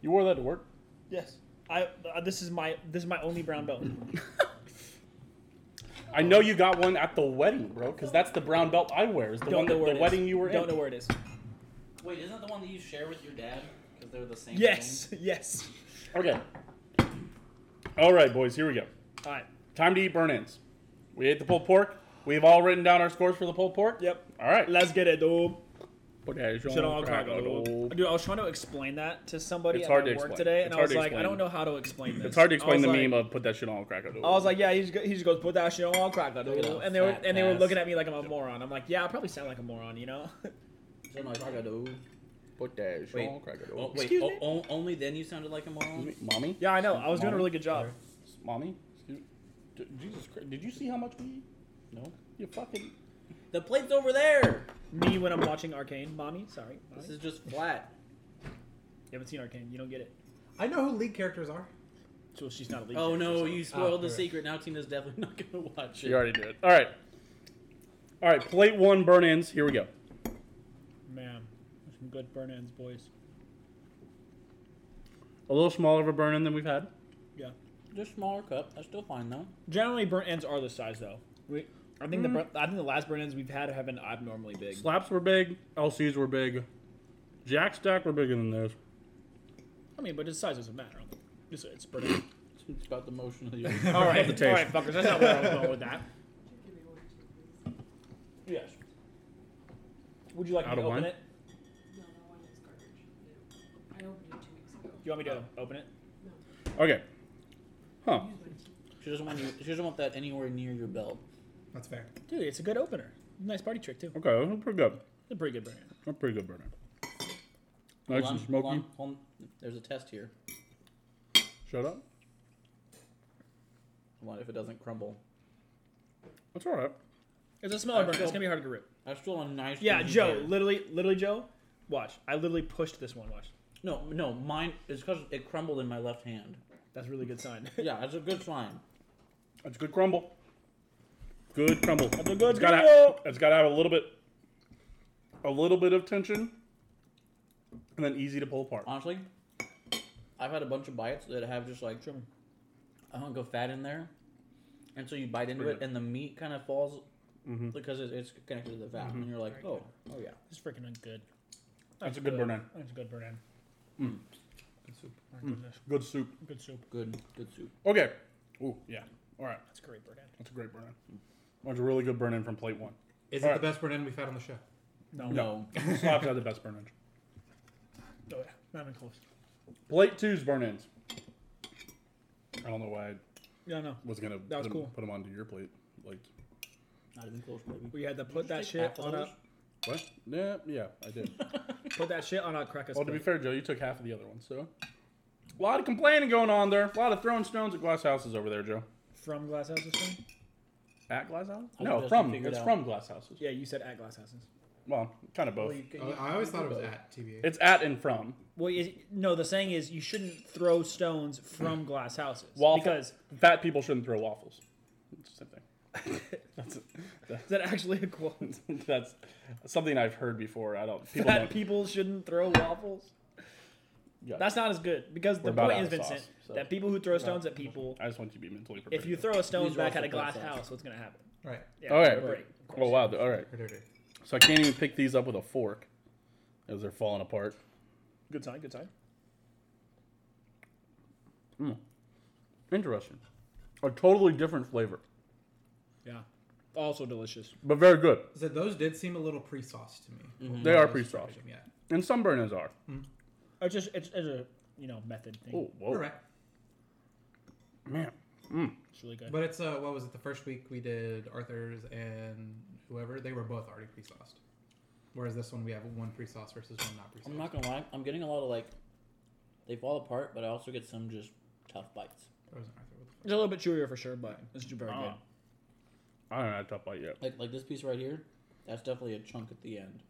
Speaker 1: You wore that to work?
Speaker 4: yes. I uh, this is my this is my only brown belt.
Speaker 1: I know you got one at the wedding, bro, because that's the brown belt I wear. Is the
Speaker 4: Don't
Speaker 1: one
Speaker 4: know
Speaker 1: that
Speaker 4: where
Speaker 1: the
Speaker 4: it is.
Speaker 1: wedding you were
Speaker 4: Don't
Speaker 1: in.
Speaker 4: know where it is.
Speaker 6: Wait, isn't that the one that you share with your dad? Because they're the same.
Speaker 4: Yes. Yes.
Speaker 1: Okay. All right, boys. Here we go.
Speaker 4: All right.
Speaker 1: Time to eat burn-ins. We ate the pulled pork. We've all written down our scores for the pulled pork.
Speaker 4: Yep.
Speaker 1: All right.
Speaker 4: Let's get it, dude.
Speaker 1: Potato,
Speaker 4: Shit on Chicago,
Speaker 1: potato.
Speaker 4: dude. Dude, I was trying to explain that to somebody
Speaker 1: It's
Speaker 4: at
Speaker 1: hard
Speaker 4: my
Speaker 1: to
Speaker 4: work
Speaker 1: explain.
Speaker 4: today,
Speaker 1: It's
Speaker 4: and I
Speaker 1: hard
Speaker 4: was
Speaker 1: to
Speaker 4: like, I
Speaker 1: explain.
Speaker 4: don't know how to explain this.
Speaker 1: It's hard to explain
Speaker 4: I
Speaker 1: the
Speaker 4: was
Speaker 1: meme
Speaker 4: like-
Speaker 1: of put that shit on crackle.
Speaker 4: I was like, yeah, he just, go- he just goes put that shit on
Speaker 3: Look at
Speaker 4: crocodile,
Speaker 3: that
Speaker 4: and they were
Speaker 3: fat
Speaker 4: and they were
Speaker 3: ass.
Speaker 4: looking at me like I'm a moron. I'm like, yeah, I probably sound like a moron, you know?
Speaker 3: So I'm like, I gotta do-
Speaker 1: put that
Speaker 3: Wait. Oh, wait,
Speaker 4: Excuse
Speaker 3: o-
Speaker 4: me?
Speaker 3: o- only then you sounded like a
Speaker 1: Excuse
Speaker 3: moron?
Speaker 1: me, mommy?
Speaker 4: Yeah, I know. I was doing a really good job.
Speaker 1: S- Mommy? Excuse me. D- Jesus Christ. Did you see how much we eat? No. You fucking.
Speaker 3: The plate's over there!
Speaker 4: Me when I'm watching Arcane, mommy. Sorry, mommy.
Speaker 3: This
Speaker 4: you
Speaker 3: is just flat.
Speaker 4: haven't seen Arcane. You don't get it.
Speaker 5: I know who lead characters are.
Speaker 4: So she's not a lead.
Speaker 3: Oh no, you spoiled
Speaker 5: Oh,
Speaker 3: the
Speaker 5: right.
Speaker 3: secret. Now Tina's definitely not gonna watch
Speaker 1: Ah, You
Speaker 3: it.
Speaker 1: already did it. All right. All right. Plate one burn ins. Here we go.
Speaker 4: man. There's Some good burn ends, boys.
Speaker 1: A little smaller of a burn in than we've had.
Speaker 4: Yeah.
Speaker 3: Just smaller cup. That's still fine though.
Speaker 4: Generally, burn ends are this size though. We, I think the bur-
Speaker 1: Mm-hmm.
Speaker 4: I think the last burn ends we've had have been abnormally big.
Speaker 1: Slaps were big. LCs were big. Jack Stack were bigger than those.
Speaker 4: I mean, but its size doesn't matter. Just it's burn ends.
Speaker 3: It's about the motion of the
Speaker 4: all right,
Speaker 1: The taste.
Speaker 4: all right, fuckers. That's not where I was going with that.
Speaker 3: Yes.
Speaker 4: Would you like
Speaker 1: Out
Speaker 4: me to
Speaker 1: of
Speaker 4: open
Speaker 1: one?
Speaker 4: it?
Speaker 7: No, that one is garbage. I opened it two weeks ago.
Speaker 4: Do you want me to open it?
Speaker 1: Okay. Huh.
Speaker 3: She doesn't want you she doesn't want that anywhere near your belt.
Speaker 5: That's fair.
Speaker 4: Dude, it's a good opener. Nice party trick too.
Speaker 1: Okay. That's pretty good.
Speaker 4: It's a pretty good burn end.
Speaker 1: That's pretty good burn in.
Speaker 3: Hold
Speaker 1: Nice
Speaker 3: on,
Speaker 1: and
Speaker 3: hold
Speaker 1: smoky.
Speaker 3: on, hold on. There's a test here.
Speaker 1: Shut up.
Speaker 3: What if it doesn't crumble?
Speaker 1: That's all right.
Speaker 4: It's a smaller
Speaker 3: I
Speaker 4: burn. It's
Speaker 3: feel-
Speaker 4: gonna be hard to rip.
Speaker 3: That's still a nice.
Speaker 4: Uh, Yeah,
Speaker 3: cookie
Speaker 4: Joe.
Speaker 3: pan.
Speaker 4: Literally, literally, Joe. Watch. I literally pushed this one. Watch.
Speaker 3: No, no, mine is because it crumbled in my left hand.
Speaker 4: That's a really good sign.
Speaker 3: Yeah, that's a good sign.
Speaker 1: That's good crumble. Good crumble.
Speaker 4: a good
Speaker 1: it's gotta,
Speaker 4: crumble.
Speaker 1: It's gotta have a little bit, a little bit of tension, and then easy to pull apart.
Speaker 3: Honestly, I've had a bunch of bites that have just like a hunk of fat in there, and so you bite into
Speaker 1: Pretty
Speaker 3: it, and the meat kind of falls because it, it's connected to the fat, and you're like, oh, oh yeah.
Speaker 4: This is freaking good.
Speaker 1: That's a good Hmm. burn in.
Speaker 4: That's a good burn end.
Speaker 5: Good soup.
Speaker 1: Hmm. Good soup.
Speaker 4: Good soup.
Speaker 3: Good, good soup.
Speaker 1: Okay. Ooh, yeah. All right.
Speaker 4: That's a great burn end.
Speaker 1: That's a great burn in. That's a really good burn in from plate one.
Speaker 5: Is it
Speaker 1: Alright.
Speaker 5: the best burn in we've had on the show?
Speaker 4: No,
Speaker 3: No,
Speaker 1: Slaps had the best burn in.
Speaker 4: Oh, yeah. not even close.
Speaker 1: Plate two's burn ins. I don't know why I
Speaker 4: Yeah, no.
Speaker 1: was gonna
Speaker 4: That was
Speaker 1: put,
Speaker 4: cool.
Speaker 1: them, put 'em onto your plate. Like
Speaker 3: not even close, baby.
Speaker 4: We had to put that
Speaker 3: Just
Speaker 4: shit
Speaker 3: half of
Speaker 4: on a
Speaker 3: those.
Speaker 1: what? Yeah, yeah, I did.
Speaker 4: put that shit on a cracker.
Speaker 1: Well, to be fair, Joe, you took half of the other one, so. A lot of complaining going on there. A lot of throwing stones at glass houses over there, Joe.
Speaker 4: From glass houses. Thing?
Speaker 1: At glass houses?
Speaker 3: I
Speaker 1: No,
Speaker 3: just
Speaker 1: from.
Speaker 3: figured
Speaker 1: It's
Speaker 3: out.
Speaker 1: from glass houses.
Speaker 4: Yeah, you said at glass houses.
Speaker 1: Well, kind of both.
Speaker 3: Well, you can-
Speaker 4: Uh,
Speaker 5: Oh,
Speaker 3: you-
Speaker 5: I always thought it was at TVA.
Speaker 1: It's at and from.
Speaker 4: Well, is, no. The saying is you shouldn't throw stones from glass houses
Speaker 1: Waffle.
Speaker 4: because
Speaker 1: Fat people shouldn't throw waffles. It's the same thing.
Speaker 4: is that actually a quote?
Speaker 1: That's something I've heard before. I don't. People
Speaker 4: Fat
Speaker 1: don't.
Speaker 4: people shouldn't throw waffles.
Speaker 1: Yeah.
Speaker 4: That's not as good because
Speaker 1: We're
Speaker 4: the
Speaker 1: about
Speaker 4: point
Speaker 1: out
Speaker 4: is,
Speaker 1: of sauce,
Speaker 4: Vincent,
Speaker 1: so-
Speaker 4: that people who throw stones at people,
Speaker 1: I just want you to be mentally prepared.
Speaker 4: if you throw a stone
Speaker 3: These are
Speaker 4: back
Speaker 3: also
Speaker 4: at a glass
Speaker 3: glass houses.
Speaker 4: house, what's going to happen?
Speaker 5: right.
Speaker 4: Yeah,
Speaker 1: All
Speaker 4: we're
Speaker 1: right.
Speaker 4: break, of
Speaker 1: Oh
Speaker 4: course.
Speaker 1: wow. All right.
Speaker 5: Right, right, right.
Speaker 1: So I can't even pick these up with a fork, as they're falling apart.
Speaker 4: Good sign, good sign.
Speaker 1: Interesting. A totally different flavor,
Speaker 4: Yeah. Also delicious.
Speaker 1: but very good.
Speaker 5: So those did seem a little pre-sauced to me.
Speaker 3: Mm-hmm.
Speaker 1: They are pre
Speaker 5: sauce
Speaker 1: sauce
Speaker 5: Yeah.
Speaker 1: and some burners are.
Speaker 4: It's just it's, it's a you know method thing.
Speaker 1: Oh, whoa,
Speaker 5: All right.
Speaker 1: man.
Speaker 4: It's really good.
Speaker 5: But it's uh, what was it? The first week we did Arthur's and whoever they were both already pre-sauced. Whereas this one we have one pre-sauce versus one not pre-sauced.
Speaker 3: I'm not gonna lie, I'm getting a lot of like, they fall apart, but I also get some just tough bites.
Speaker 5: That wasn't Arthur. What the fuck?
Speaker 4: it's a little bit chewier for sure, but it's very
Speaker 1: Ah. I haven't had a tough bite yet.
Speaker 3: Like like this piece right here, that's definitely a chunk at the end.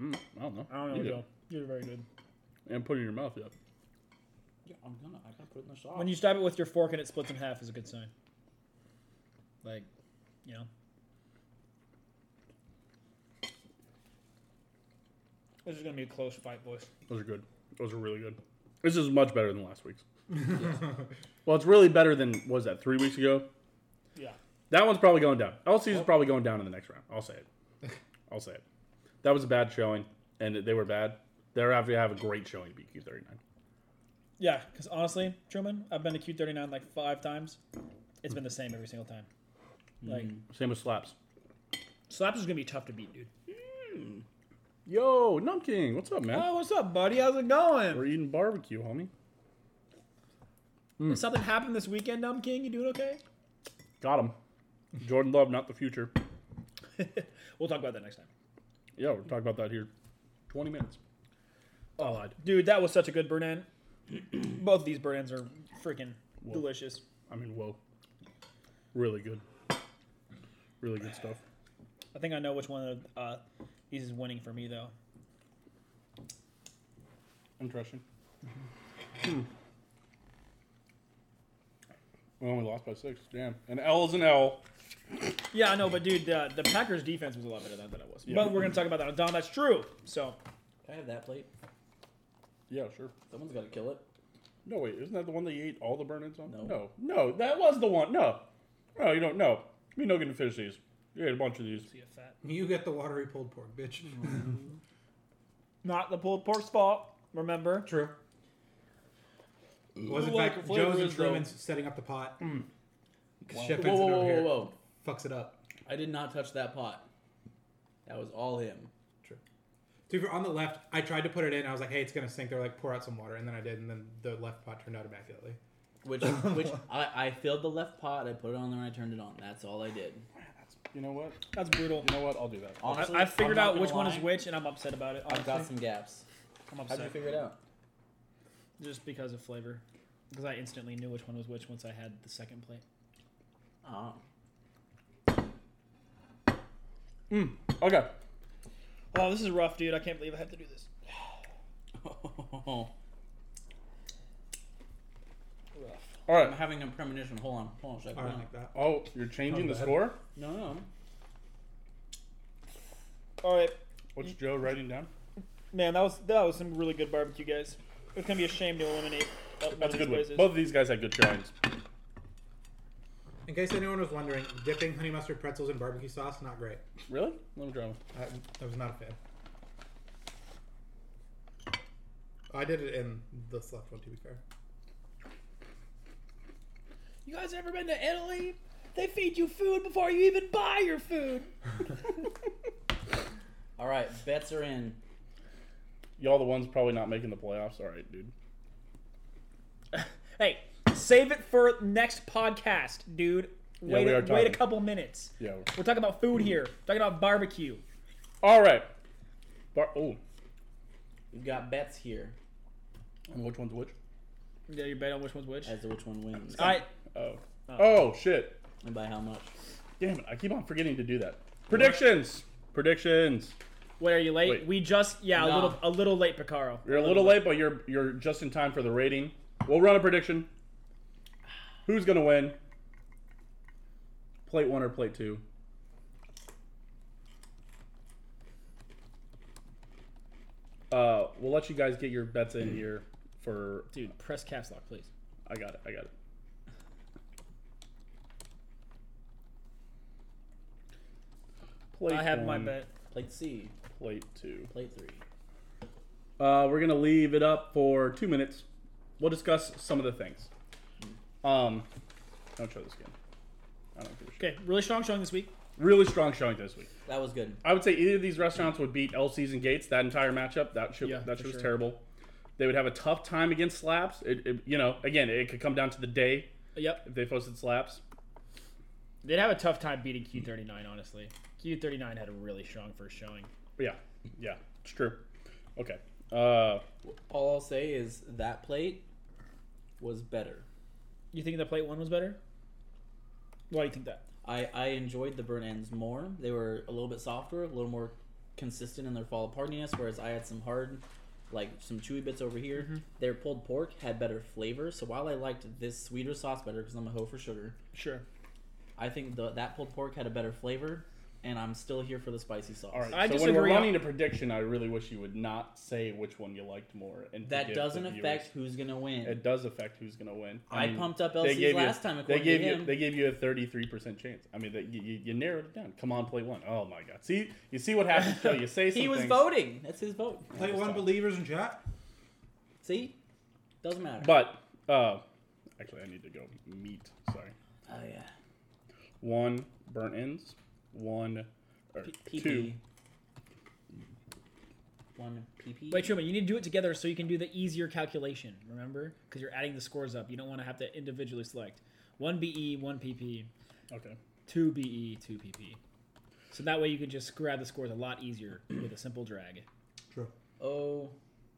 Speaker 1: Mm, I don't know.
Speaker 4: I don't know,
Speaker 1: You do.
Speaker 4: Joe. You're very good.
Speaker 1: And put it in your mouth, yeah.
Speaker 3: Yeah, I'm gonna I gotta put it in the sauce.
Speaker 4: When you stab it with your fork and it splits in half is a good sign. Like, you know. This is gonna be a close fight, boys.
Speaker 1: Those are good. Those are really good. This is much better than last week's. well, it's really better than what was that three weeks ago.
Speaker 4: Yeah.
Speaker 1: That one's probably going down. LC's is probably going down in the next round. I'll say it. I'll say it. That was a bad showing, and they were bad. They're having to have a great showing to beat Q39.
Speaker 4: Yeah, because honestly, Truman, I've been to Q39 like five times. It's been the same every single time. Like,
Speaker 1: Same with slaps.
Speaker 4: Slaps is gonna be tough to beat, dude.
Speaker 1: Yo, Numb King, what's up, man?
Speaker 4: Oh, what's up, buddy? How's it going?
Speaker 1: We're eating barbecue, homie.
Speaker 4: Did Something happened this weekend, Dumb King. You doing okay?
Speaker 1: Got him. Jordan Love, not the future.
Speaker 4: We'll talk about that next time.
Speaker 1: Yeah, we'll talk about that here. 20 minutes.
Speaker 4: Oh, dude, that was such a good burn end. Both of these burn ends are freaking delicious.
Speaker 1: I mean, whoa. Really good. Really good stuff.
Speaker 4: I think I know which one of uh, these is winning for me, though.
Speaker 1: Interesting. Hmm. We only lost by six. Damn. An L is an L.
Speaker 4: Yeah, I know, but dude, the, the Packers' defense was a lot better than I thought it was.
Speaker 1: Yeah.
Speaker 4: But we're gonna talk about that on Dom. That's true. So
Speaker 3: Can I have that plate?
Speaker 1: Yeah, sure.
Speaker 3: Someone's gotta kill it.
Speaker 1: No, wait, isn't that the one that you ate all the burn-ins on?
Speaker 3: No.
Speaker 1: No, no that was the one. No. No, you don't know. Me no getting to finish these. You ate a bunch of these.
Speaker 4: see a fat.
Speaker 5: You get the watery pulled pork, bitch.
Speaker 3: Mm-hmm.
Speaker 4: Not the pulled pork's fault. Remember,
Speaker 5: True. Was in
Speaker 1: Well,
Speaker 5: fact
Speaker 1: the flavor
Speaker 5: Joe's and
Speaker 1: is, though-
Speaker 5: Truman's setting up the pot.
Speaker 1: Mm.
Speaker 5: Chef Vincent
Speaker 3: Whoa, whoa,
Speaker 5: over
Speaker 3: whoa,
Speaker 5: here
Speaker 3: whoa, whoa.
Speaker 5: fucks it up.
Speaker 3: I did not touch that pot. That was all him.
Speaker 5: To be fair, on the left, I tried to put it in. I was like, "Hey, it's gonna sink." They're like, "Pour out some water," and then I did, and then the left pot turned out immaculately.
Speaker 3: Which which I, I filled the left pot, I put it on there and I turned it on. That's all I did.
Speaker 1: You know what?
Speaker 4: that's brutal.
Speaker 1: You know what? I'll do that.
Speaker 4: I,
Speaker 3: Honestly,
Speaker 4: I figured
Speaker 3: I'm not
Speaker 4: out
Speaker 3: gonna
Speaker 4: which one is
Speaker 3: lie,
Speaker 4: which, and I'm upset about it.
Speaker 3: I've
Speaker 4: Honestly.
Speaker 3: got some gaps.
Speaker 4: I'm
Speaker 3: How'd you
Speaker 4: upset
Speaker 3: figure it out?
Speaker 4: just because of flavor, because I instantly knew which one was which once I had the second plate.
Speaker 3: Oh.
Speaker 1: Okay.
Speaker 4: Oh, this is rough, dude. I can't believe I had to do this.
Speaker 3: Oh.
Speaker 1: All
Speaker 3: I'm
Speaker 1: right.
Speaker 3: having a premonition. Hold on. Hold on a second.
Speaker 5: All right, like that.
Speaker 1: Oh, you're changing the
Speaker 5: Not bad.
Speaker 1: score?
Speaker 3: No, no.
Speaker 4: All right,
Speaker 1: What's Joe writing down?
Speaker 4: man, that was that was some really good barbecue, guys. It's gonna be a shame to eliminate. uh, one
Speaker 1: That's
Speaker 4: of
Speaker 1: a
Speaker 4: these
Speaker 1: good one.
Speaker 4: places.
Speaker 1: Both of these guys had good shines.
Speaker 5: In case anyone was wondering, dipping honey mustard pretzels in barbecue sauce, not great.
Speaker 1: Really? Little drama.
Speaker 5: I, I was not a fan. I did it in this left one, to be fair.
Speaker 4: You guys ever been to Italy? They feed you food before you even buy your food.
Speaker 3: All right. Bets are in.
Speaker 1: Y'all the ones probably not making the playoffs. All right, dude.
Speaker 4: Hey, save it for next podcast, dude. Wait,
Speaker 1: we are
Speaker 4: wait a
Speaker 1: talking.
Speaker 4: couple minutes.
Speaker 1: Yeah. we're-
Speaker 4: We're talking about food here. talking about barbecue.
Speaker 1: All right. Bar- oh.
Speaker 3: We've got bets here
Speaker 1: And which one's which?
Speaker 4: Yeah, you bet on which one's which.
Speaker 3: as to which one wins
Speaker 4: All right,
Speaker 1: Oh. Oh, shit.
Speaker 3: and by how much.
Speaker 1: Damn it. I keep on forgetting to do that. Predictions. Predictions.
Speaker 4: wait, are you late?
Speaker 1: Wait.
Speaker 4: We just yeah, a
Speaker 3: Nah.
Speaker 4: little a little late, Picaro.
Speaker 1: You're a little late, but you're you're just in time for the rating. We'll run a prediction. Who's gonna win? Plate one or plate two? Uh, we'll let you guys get your bets in here for.
Speaker 4: Dude, press caps lock, please.
Speaker 1: I got it. I got it. Plate
Speaker 4: I have my
Speaker 1: one,
Speaker 4: bet.
Speaker 3: Plate C.
Speaker 1: Plate two.
Speaker 3: Plate three.
Speaker 1: Uh, we're gonna leave it up for two minutes. We'll discuss some of the things. Um, don't show this again. I don't give a shit.
Speaker 4: Okay, really strong showing this week.
Speaker 1: Really strong showing this week.
Speaker 3: That was good.
Speaker 1: I would say either of these restaurants would beat LC's and Gates that entire matchup. That shit,
Speaker 4: Yeah,
Speaker 1: that
Speaker 4: for
Speaker 1: shit was
Speaker 4: sure.
Speaker 1: terrible. They would have a tough time against slaps. It, it, you know, again, it could come down to the day
Speaker 4: Yep,
Speaker 1: if they posted slaps.
Speaker 4: they'd have a tough time beating Q39. Honestly, Q39 had a really strong first showing.
Speaker 1: But yeah, yeah, it's true. Okay. Uh,
Speaker 3: All I'll say is that plate was better.
Speaker 4: You think the plate one was better? Why do you think that?
Speaker 3: I, I enjoyed the burn ends more. They were a little bit softer, a little more consistent in their fall apartiness, whereas I had some hard, like some chewy bits over here.
Speaker 1: Mm-hmm.
Speaker 3: Their pulled pork had better flavor, so while I liked this sweeter sauce better because I'm a hoe for sugar,
Speaker 4: Sure.
Speaker 3: I think the, that pulled pork had a better flavor, and I'm still here for the spicy sauce.
Speaker 1: All right.
Speaker 4: I
Speaker 1: so when we're
Speaker 4: disagree.
Speaker 1: running a prediction, I really wish you would not say which one you liked more. And
Speaker 3: That
Speaker 1: forgive
Speaker 3: doesn't
Speaker 1: the
Speaker 3: affect
Speaker 1: viewers.
Speaker 3: who's gonna win.
Speaker 1: It does affect who's going to win.
Speaker 3: I pumped up LCs last time,
Speaker 1: They
Speaker 3: according
Speaker 1: gave
Speaker 3: to
Speaker 1: you.
Speaker 3: him.
Speaker 1: They gave you a thirty-three percent chance. I mean, that you, you, you narrowed it down. Come on, play one. Oh my God. See, you see what happens. Till you say something.
Speaker 3: he was voting. That's his vote.
Speaker 5: Play one believers in chat.
Speaker 3: See, doesn't matter.
Speaker 1: But uh, actually, I need to go meat. Sorry.
Speaker 3: oh yeah,
Speaker 1: One burnt ends. One. Or
Speaker 3: PP.
Speaker 1: two.
Speaker 3: One PP.
Speaker 4: Wait, Truman, you need to do it together so you can do the easier calculation, remember? Because you're adding the scores up. You don't want to have to individually select. E, 1 BE, 1 PP,
Speaker 1: Okay.
Speaker 4: 2 BE, 2 PP. So that way you can just grab the scores a lot easier with a simple drag.
Speaker 5: True.
Speaker 3: O